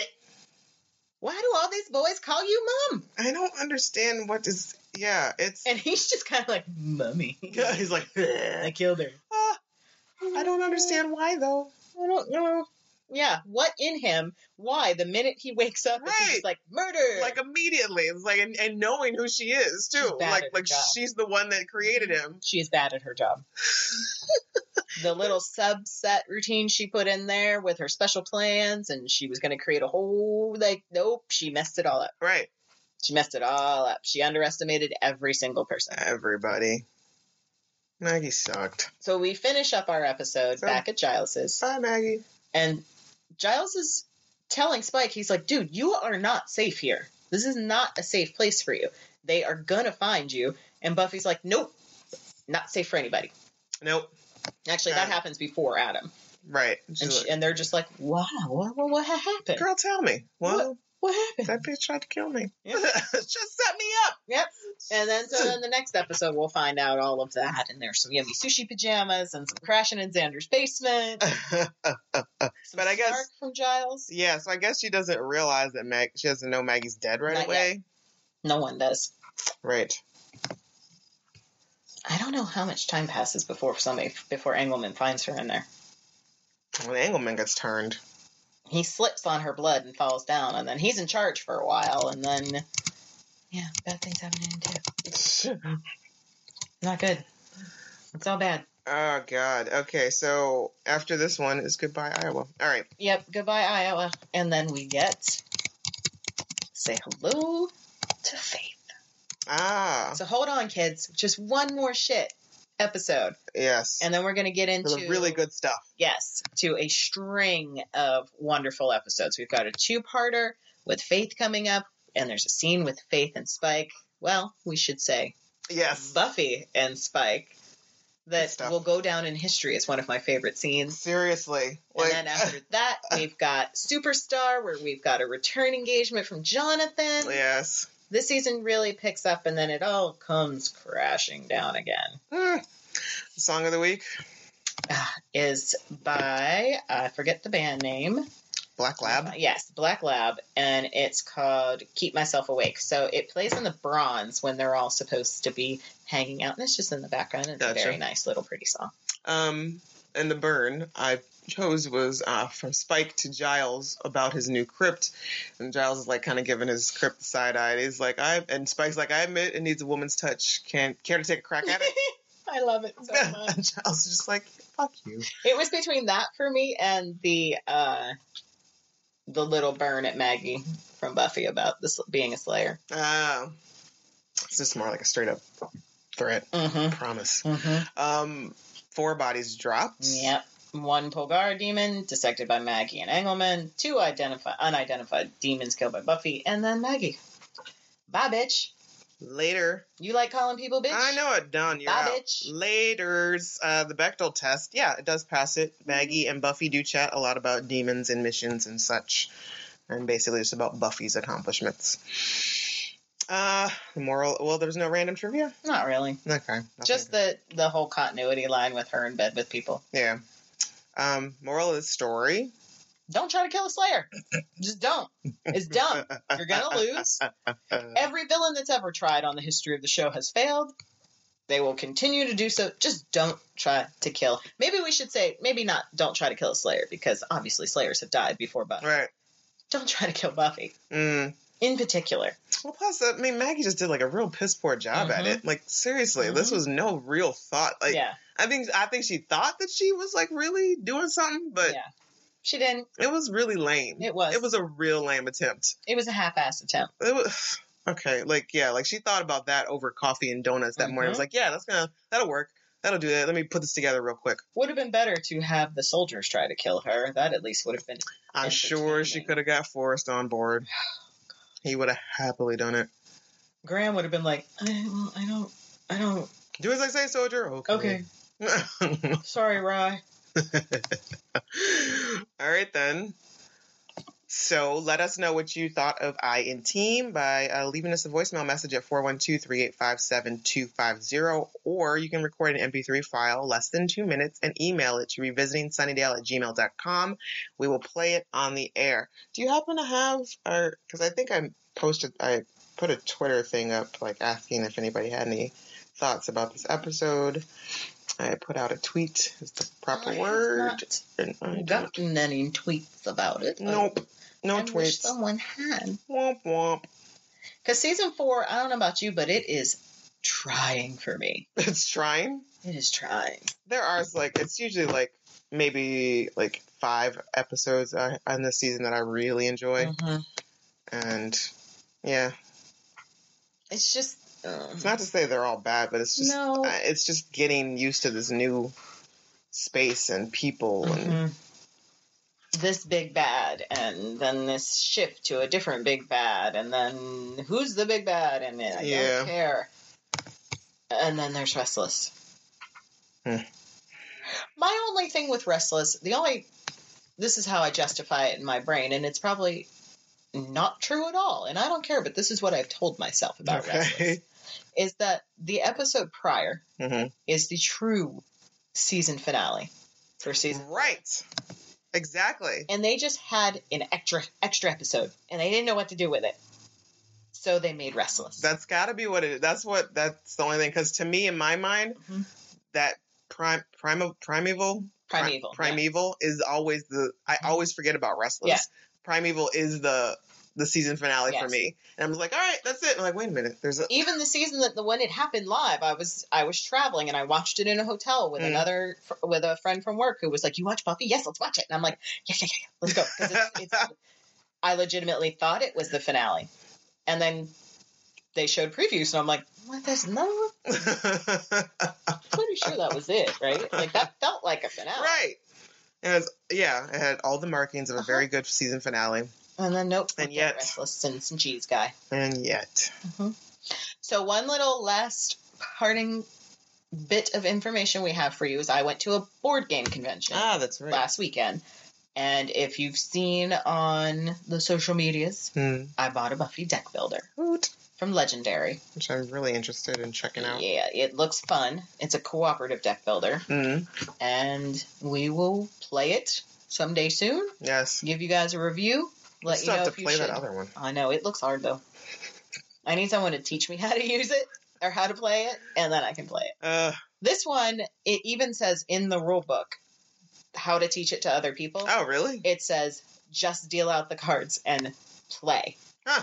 Speaker 6: Why do all these boys call you mom?
Speaker 5: I don't understand what is. Yeah, it's.
Speaker 6: And he's just kind of like, mummy.
Speaker 5: Yeah, he's like,
Speaker 6: I
Speaker 5: "Ugh."
Speaker 6: killed her.
Speaker 5: Ah, I don't understand why though.
Speaker 6: I don't know. Yeah, what in him? Why the minute he wakes up, is he
Speaker 5: Right.
Speaker 6: just like murder?
Speaker 5: Like immediately, it's like and, and knowing who she is too.
Speaker 6: She's bad
Speaker 5: Like
Speaker 6: at her
Speaker 5: like
Speaker 6: job. Mm-hmm.
Speaker 5: she's the one that created him.
Speaker 6: she is bad at her job. the little subset routine she put in there with her special plans, and she was going to create a whole like, nope, she messed it all up.
Speaker 5: Right.
Speaker 6: She messed it all up. She underestimated every single person.
Speaker 5: Everybody. Maggie sucked.
Speaker 6: So we finish up our episode
Speaker 5: So-
Speaker 6: back at Giles's,
Speaker 5: Bye, Maggie.
Speaker 6: and Giles is telling Spike, he's like, dude, you are not safe here. This is not a safe place for you. They are gonna find you. And Buffy's like, nope, not safe for anybody.
Speaker 5: Nope.
Speaker 6: Actually, that
Speaker 5: Yeah.
Speaker 6: happens before Adam.
Speaker 5: Right. She's
Speaker 6: And, she,
Speaker 5: like,
Speaker 6: and they're just like, wow, what, what, what happened?
Speaker 5: Girl, tell me. Well,
Speaker 6: What happened?
Speaker 5: that bitch tried to kill me.
Speaker 6: Yeah.
Speaker 5: Just set me up.
Speaker 6: Yep. And then, so then the next episode, we'll find out all of that. And there's some yummy sushi pajamas and some crashing in Xander's basement. Some
Speaker 5: But I guess-
Speaker 6: snark from Giles.
Speaker 5: yeah. So I guess she doesn't realize that Mag. She doesn't know Maggie's dead right
Speaker 6: Not yet.
Speaker 5: away.
Speaker 6: No one does.
Speaker 5: Right.
Speaker 6: I don't know how much time passes before somebody before Engelman finds her in there.
Speaker 5: When Engelman gets turned.
Speaker 6: he slips on her blood and falls down, and then he's in charge for a while, and then yeah, bad things happen to him too. Not good. It's all bad.
Speaker 5: Oh God. Okay, so after this one is goodbye Iowa. All right.
Speaker 6: Yep. Goodbye, Iowa. And then we get say hello to Faith.
Speaker 5: Ah,
Speaker 6: So hold on, kids. Just one more shit episode,
Speaker 5: yes.
Speaker 6: and then we're gonna get
Speaker 5: For the
Speaker 6: into
Speaker 5: really good stuff.
Speaker 6: yes to a string of wonderful episodes. We've got a two-parter with Faith coming up, and there's a scene with Faith and Spike. Well, we should say
Speaker 5: Yes.
Speaker 6: Buffy and Spike that
Speaker 5: stuff.
Speaker 6: will go down in history as one of my favorite scenes.
Speaker 5: Seriously. Like,
Speaker 6: and then after that, we've got Superstar, where we've got a return engagement from Jonathan.
Speaker 5: yes.
Speaker 6: This season really picks up, and then it all comes crashing down again.
Speaker 5: Mm. Song of the week,
Speaker 6: Is by I forget the band name.
Speaker 5: Black Lab.
Speaker 6: Uh, Yes, Black Lab, and it's called Keep Myself Awake. So it plays in the bronze when they're all supposed to be hanging out, and it's just in the background. It's
Speaker 5: Gotcha.
Speaker 6: a very nice little pretty song.
Speaker 5: Um, and the burn I chose was uh, from Spike to Giles about his new crypt, and Giles is like kind of giving his crypt side eye. He's like, I and Spike's like, I admit it needs a woman's touch. Can care to take a crack at it?
Speaker 6: I love it so much.
Speaker 5: and Giles is just like, fuck you.
Speaker 6: it was between that for me and the uh, the little burn at Maggie from Buffy about this being a Slayer.
Speaker 5: Oh, it's just more like a straight up threat.
Speaker 6: Mm-hmm.
Speaker 5: Promise.
Speaker 6: Mm-hmm.
Speaker 5: Um, four bodies dropped.
Speaker 6: Yep. One Polgar demon dissected by Maggie and Engelman. Two identified unidentified demons killed by Buffy, and then Maggie. Bye, bitch.
Speaker 5: Later.
Speaker 6: You like calling people bitch?
Speaker 5: I know it. Done. You're
Speaker 6: Bye,
Speaker 5: out. Mm.
Speaker 6: bitch.
Speaker 5: Later's uh, the Bechtel test. Yeah, it does pass it.
Speaker 6: Mm-hmm.
Speaker 5: Maggie and Buffy do chat a lot about demons and missions and such, and basically just about Buffy's accomplishments. Uh, the moral. Well, there's no random trivia.
Speaker 6: Not really.
Speaker 5: Okay.
Speaker 6: Just the the whole continuity line with her in bed with people.
Speaker 5: yeah. Um, moral of the story.
Speaker 6: Don't try to kill a Slayer. Just don't. It's dumb. You're gonna lose.
Speaker 5: Uh,
Speaker 6: Every villain that's ever tried on the history of the show has failed. They will continue to do so. Just don't try to kill. Maybe we should say maybe not. Don't try to kill a Slayer because obviously Slayers have died before Buffy.
Speaker 5: Right.
Speaker 6: Don't try to kill Buffy
Speaker 5: Mm.
Speaker 6: in particular.
Speaker 5: Well, plus, I mean, Maggie just did like a real piss poor job at
Speaker 6: Mhm.
Speaker 5: it. Like, seriously, this
Speaker 6: Mhm.
Speaker 5: was no real thought. Like,
Speaker 6: yeah,
Speaker 5: I think I think she thought that she was like really doing something, but
Speaker 6: yeah. She didn't.
Speaker 5: it was really lame.
Speaker 6: It was.
Speaker 5: It was a real lame attempt.
Speaker 6: It was a half-assed attempt.
Speaker 5: It was okay. Like, yeah, like she thought about that over coffee and donuts that morning. I was
Speaker 6: Mhm.
Speaker 5: like, yeah, that's gonna that'll work. That'll do that. Let me put this together real quick.
Speaker 6: Would have been better to have the soldiers try to kill her. That at least would have been
Speaker 5: I'm sure she
Speaker 6: Entertaining.
Speaker 5: could have got Forrest on board. He would have happily done it.
Speaker 6: Graham would have been like, I, well, I don't, I don't.
Speaker 5: Do as I say, soldier. Okay.
Speaker 6: Okay, sorry, Rye.
Speaker 5: All right, then. So let us know what you thought of I in Team by uh, leaving us a voicemail message at 412 385 7250, or you can record an MP3 file less than two minutes and email it to revisitingsunnydale at gmail.com. We will play it on the air. Do you happen to have our, because I think I posted, I put a Twitter thing up like asking if anybody had any thoughts about this episode. I put out a tweet, is the proper
Speaker 6: I have
Speaker 5: word.
Speaker 6: Oh, not
Speaker 5: And I don't-
Speaker 6: Gotten any tweets about it?
Speaker 5: Nope. No
Speaker 6: I wish
Speaker 5: tweets.
Speaker 6: someone had.
Speaker 5: Womp womp.
Speaker 6: Because season four, I don't know about you, but it is trying for me.
Speaker 5: It's trying.
Speaker 6: It is trying.
Speaker 5: There are like it's usually like maybe like five episodes uh, on this season that I really enjoy,
Speaker 6: Mm. Mm-hmm.
Speaker 5: and yeah,
Speaker 6: It's just. Um,
Speaker 5: it's not to say they're all bad, but it's just
Speaker 6: No.
Speaker 5: uh, it's just getting used to this new space and people and
Speaker 6: Mhm.
Speaker 5: Mm-hmm.
Speaker 6: This big bad, and then this shift to a different big bad, and then who's the big bad? And I
Speaker 5: Yeah.
Speaker 6: don't care. And then there's Restless.
Speaker 5: Hmm.
Speaker 6: My only thing with Restless, the only this is how I justify it in my brain, and it's probably not true at all, and I don't care, but this is what I've told myself about Restless
Speaker 5: okay.
Speaker 6: is that the episode prior
Speaker 5: Mhm.
Speaker 6: is the true season finale for season
Speaker 5: Right. Exactly.
Speaker 6: and they just had an extra extra episode and they didn't know what to do with it so they made restless
Speaker 5: That's got to be what it. That's what. That's the only thing. Because to me, in my mind,
Speaker 6: Mhm.
Speaker 5: that prime primal primeval Pri-
Speaker 6: primeval yeah. Mm-hmm.
Speaker 5: Primeval is always the I always forget about Restless.
Speaker 6: Yeah.
Speaker 5: Primeval is the the season finale for
Speaker 6: Yes.
Speaker 5: me, and I'm like, all right, that's it. I'm like, wait a minute, there's a
Speaker 6: even the season that the one it happened live i was i was traveling and i watched it in a hotel with
Speaker 5: Mm.
Speaker 6: another with a friend from work who was like you watch buffy yes let's watch it and i'm like yeah yeah yeah, yeah. let's go 'Cause it's, it's, i legitimately thought it was the finale and then they showed previews and i'm like what there's no pretty sure that was it right like that felt like a finale
Speaker 5: right. And it's, yeah, it had all the markings of a
Speaker 6: Uh-huh.
Speaker 5: very good season finale,
Speaker 6: and then nope
Speaker 5: And
Speaker 6: we got
Speaker 5: yet-
Speaker 6: restless and some cheese guy
Speaker 5: and yet,
Speaker 6: So one little last parting bit of information we have for you is I went to a board game convention
Speaker 5: Ah, that's right.
Speaker 6: last weekend. And if you've seen on the social medias,
Speaker 5: Hmm.
Speaker 6: I bought a Buffy deck builder from Legendary.
Speaker 5: Which I'm really interested in checking out.
Speaker 6: Yeah, it looks fun. It's a cooperative deck builder.
Speaker 5: Mm,
Speaker 6: And we will play it someday soon.
Speaker 5: yes.
Speaker 6: Give you guys a review. Let
Speaker 5: Still
Speaker 6: you know
Speaker 5: have
Speaker 6: if
Speaker 5: to
Speaker 6: you
Speaker 5: play
Speaker 6: should.
Speaker 5: that other one.
Speaker 6: I know it looks hard though. I need someone to teach me how to use it or how to play it, and then I can play it.
Speaker 5: Uh,
Speaker 6: This one, it even says in the rule book how to teach it to other people.
Speaker 5: oh, really?
Speaker 6: It says just deal out the cards and play.
Speaker 5: Huh.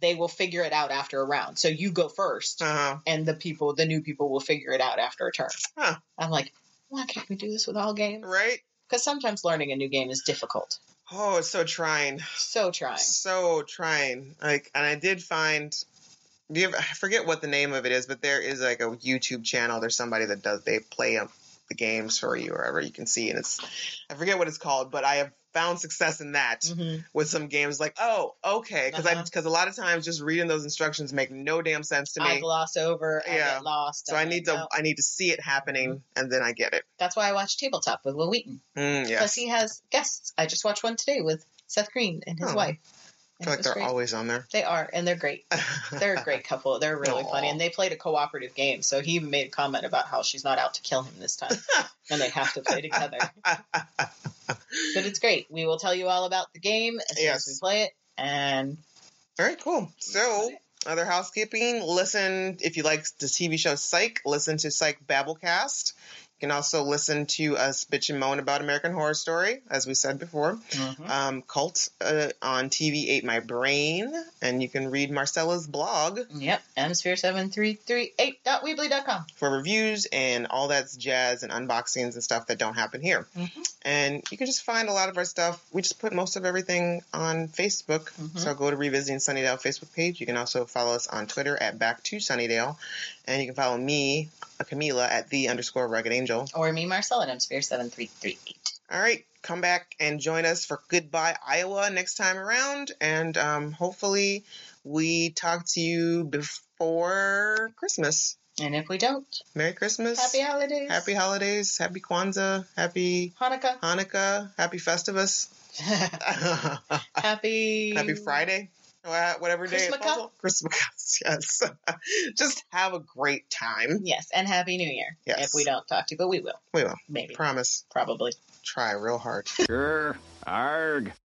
Speaker 6: They will figure it out after a round. So you go first,
Speaker 5: Uh-huh.
Speaker 6: and the people, the new people, will figure it out after a turn.
Speaker 5: Huh.
Speaker 6: I'm like, why can't we do this with all games?
Speaker 5: Right?
Speaker 6: Because sometimes learning a new game is difficult.
Speaker 5: Oh, it's so trying.
Speaker 6: So trying.
Speaker 5: So trying. Like, and I did find. Do you ever, I forget what the name of it is, but there is like a YouTube channel. There's somebody that does they play um, the games for you wherever you can see, and it's I forget what it's called, but I have found success in that
Speaker 6: Mhm.
Speaker 5: with some games. Like, oh, okay, because I
Speaker 6: Uh-huh.
Speaker 5: because a lot of times just reading those instructions make no damn sense to me.
Speaker 6: I gloss over. I
Speaker 5: Yeah.
Speaker 6: get lost.
Speaker 5: So I
Speaker 6: I'm
Speaker 5: need
Speaker 6: like,
Speaker 5: to
Speaker 6: "No."
Speaker 5: I need to see it happening
Speaker 6: Mm-hmm.
Speaker 5: and then I get it.
Speaker 6: That's why I watch Tabletop with Will Wheaton.
Speaker 5: Mm,
Speaker 6: Plus,
Speaker 5: yes.
Speaker 6: he has guests. I just watched one today with Seth Green and his
Speaker 5: Oh.
Speaker 6: wife.
Speaker 5: I
Speaker 6: And
Speaker 5: feel
Speaker 6: it
Speaker 5: like
Speaker 6: was
Speaker 5: they're
Speaker 6: great.
Speaker 5: always on there.
Speaker 6: They are, and they're great. They're a great couple. They're really
Speaker 5: Aw.
Speaker 6: funny, and they played a cooperative game. So he even made a comment about how she's not out to kill him this time, and they have to play together. But it's great. We will tell you all about the game as soon as we
Speaker 5: Yes.
Speaker 6: play it, and
Speaker 5: Very cool. So other housekeeping, listen if you like the TV show Psych, listen to Psych Babblecast. You can also listen to us bitch and moan about American Horror Story, as we said before.
Speaker 6: mm-hmm.
Speaker 5: Um, Cult uh, on TV ate my brain, and you can read Marcella's blog
Speaker 6: yep, msphere seven three three eight dot weebly dot com.
Speaker 5: for reviews and all that's jazz and unboxings and stuff that don't happen here.
Speaker 6: Mhm.
Speaker 5: And you can just find a lot of our stuff. We just put most of everything on Facebook.
Speaker 6: Mhm.
Speaker 5: So go to Revisiting Sunnydale Facebook page. You can also follow us on Twitter at Back to Sunnydale. And you can follow me, uh, Camila, at the underscore rugged angel.
Speaker 6: Or me, Marcel, at msphere seven three three eight.
Speaker 5: All right, come back and join us for Goodbye Iowa next time around. And um, hopefully we talk to you before Christmas.
Speaker 6: And if we don't,
Speaker 5: Merry Christmas.
Speaker 6: happy holidays.
Speaker 5: Happy holidays, happy Kwanzaa, happy
Speaker 6: Hanukkah.
Speaker 5: Hanukkah, happy Festivus,
Speaker 6: happy
Speaker 5: happy Friday, wha- whatever day it
Speaker 6: Christmaka?
Speaker 5: falls on. Christmas, yes. Just have a great time.
Speaker 6: Yes, and happy New Year.
Speaker 5: Yes.
Speaker 6: If we don't talk to you, but we will.
Speaker 5: We will,
Speaker 6: Maybe.
Speaker 5: promise,
Speaker 6: Probably.
Speaker 5: try real hard.
Speaker 7: Sure. Arg.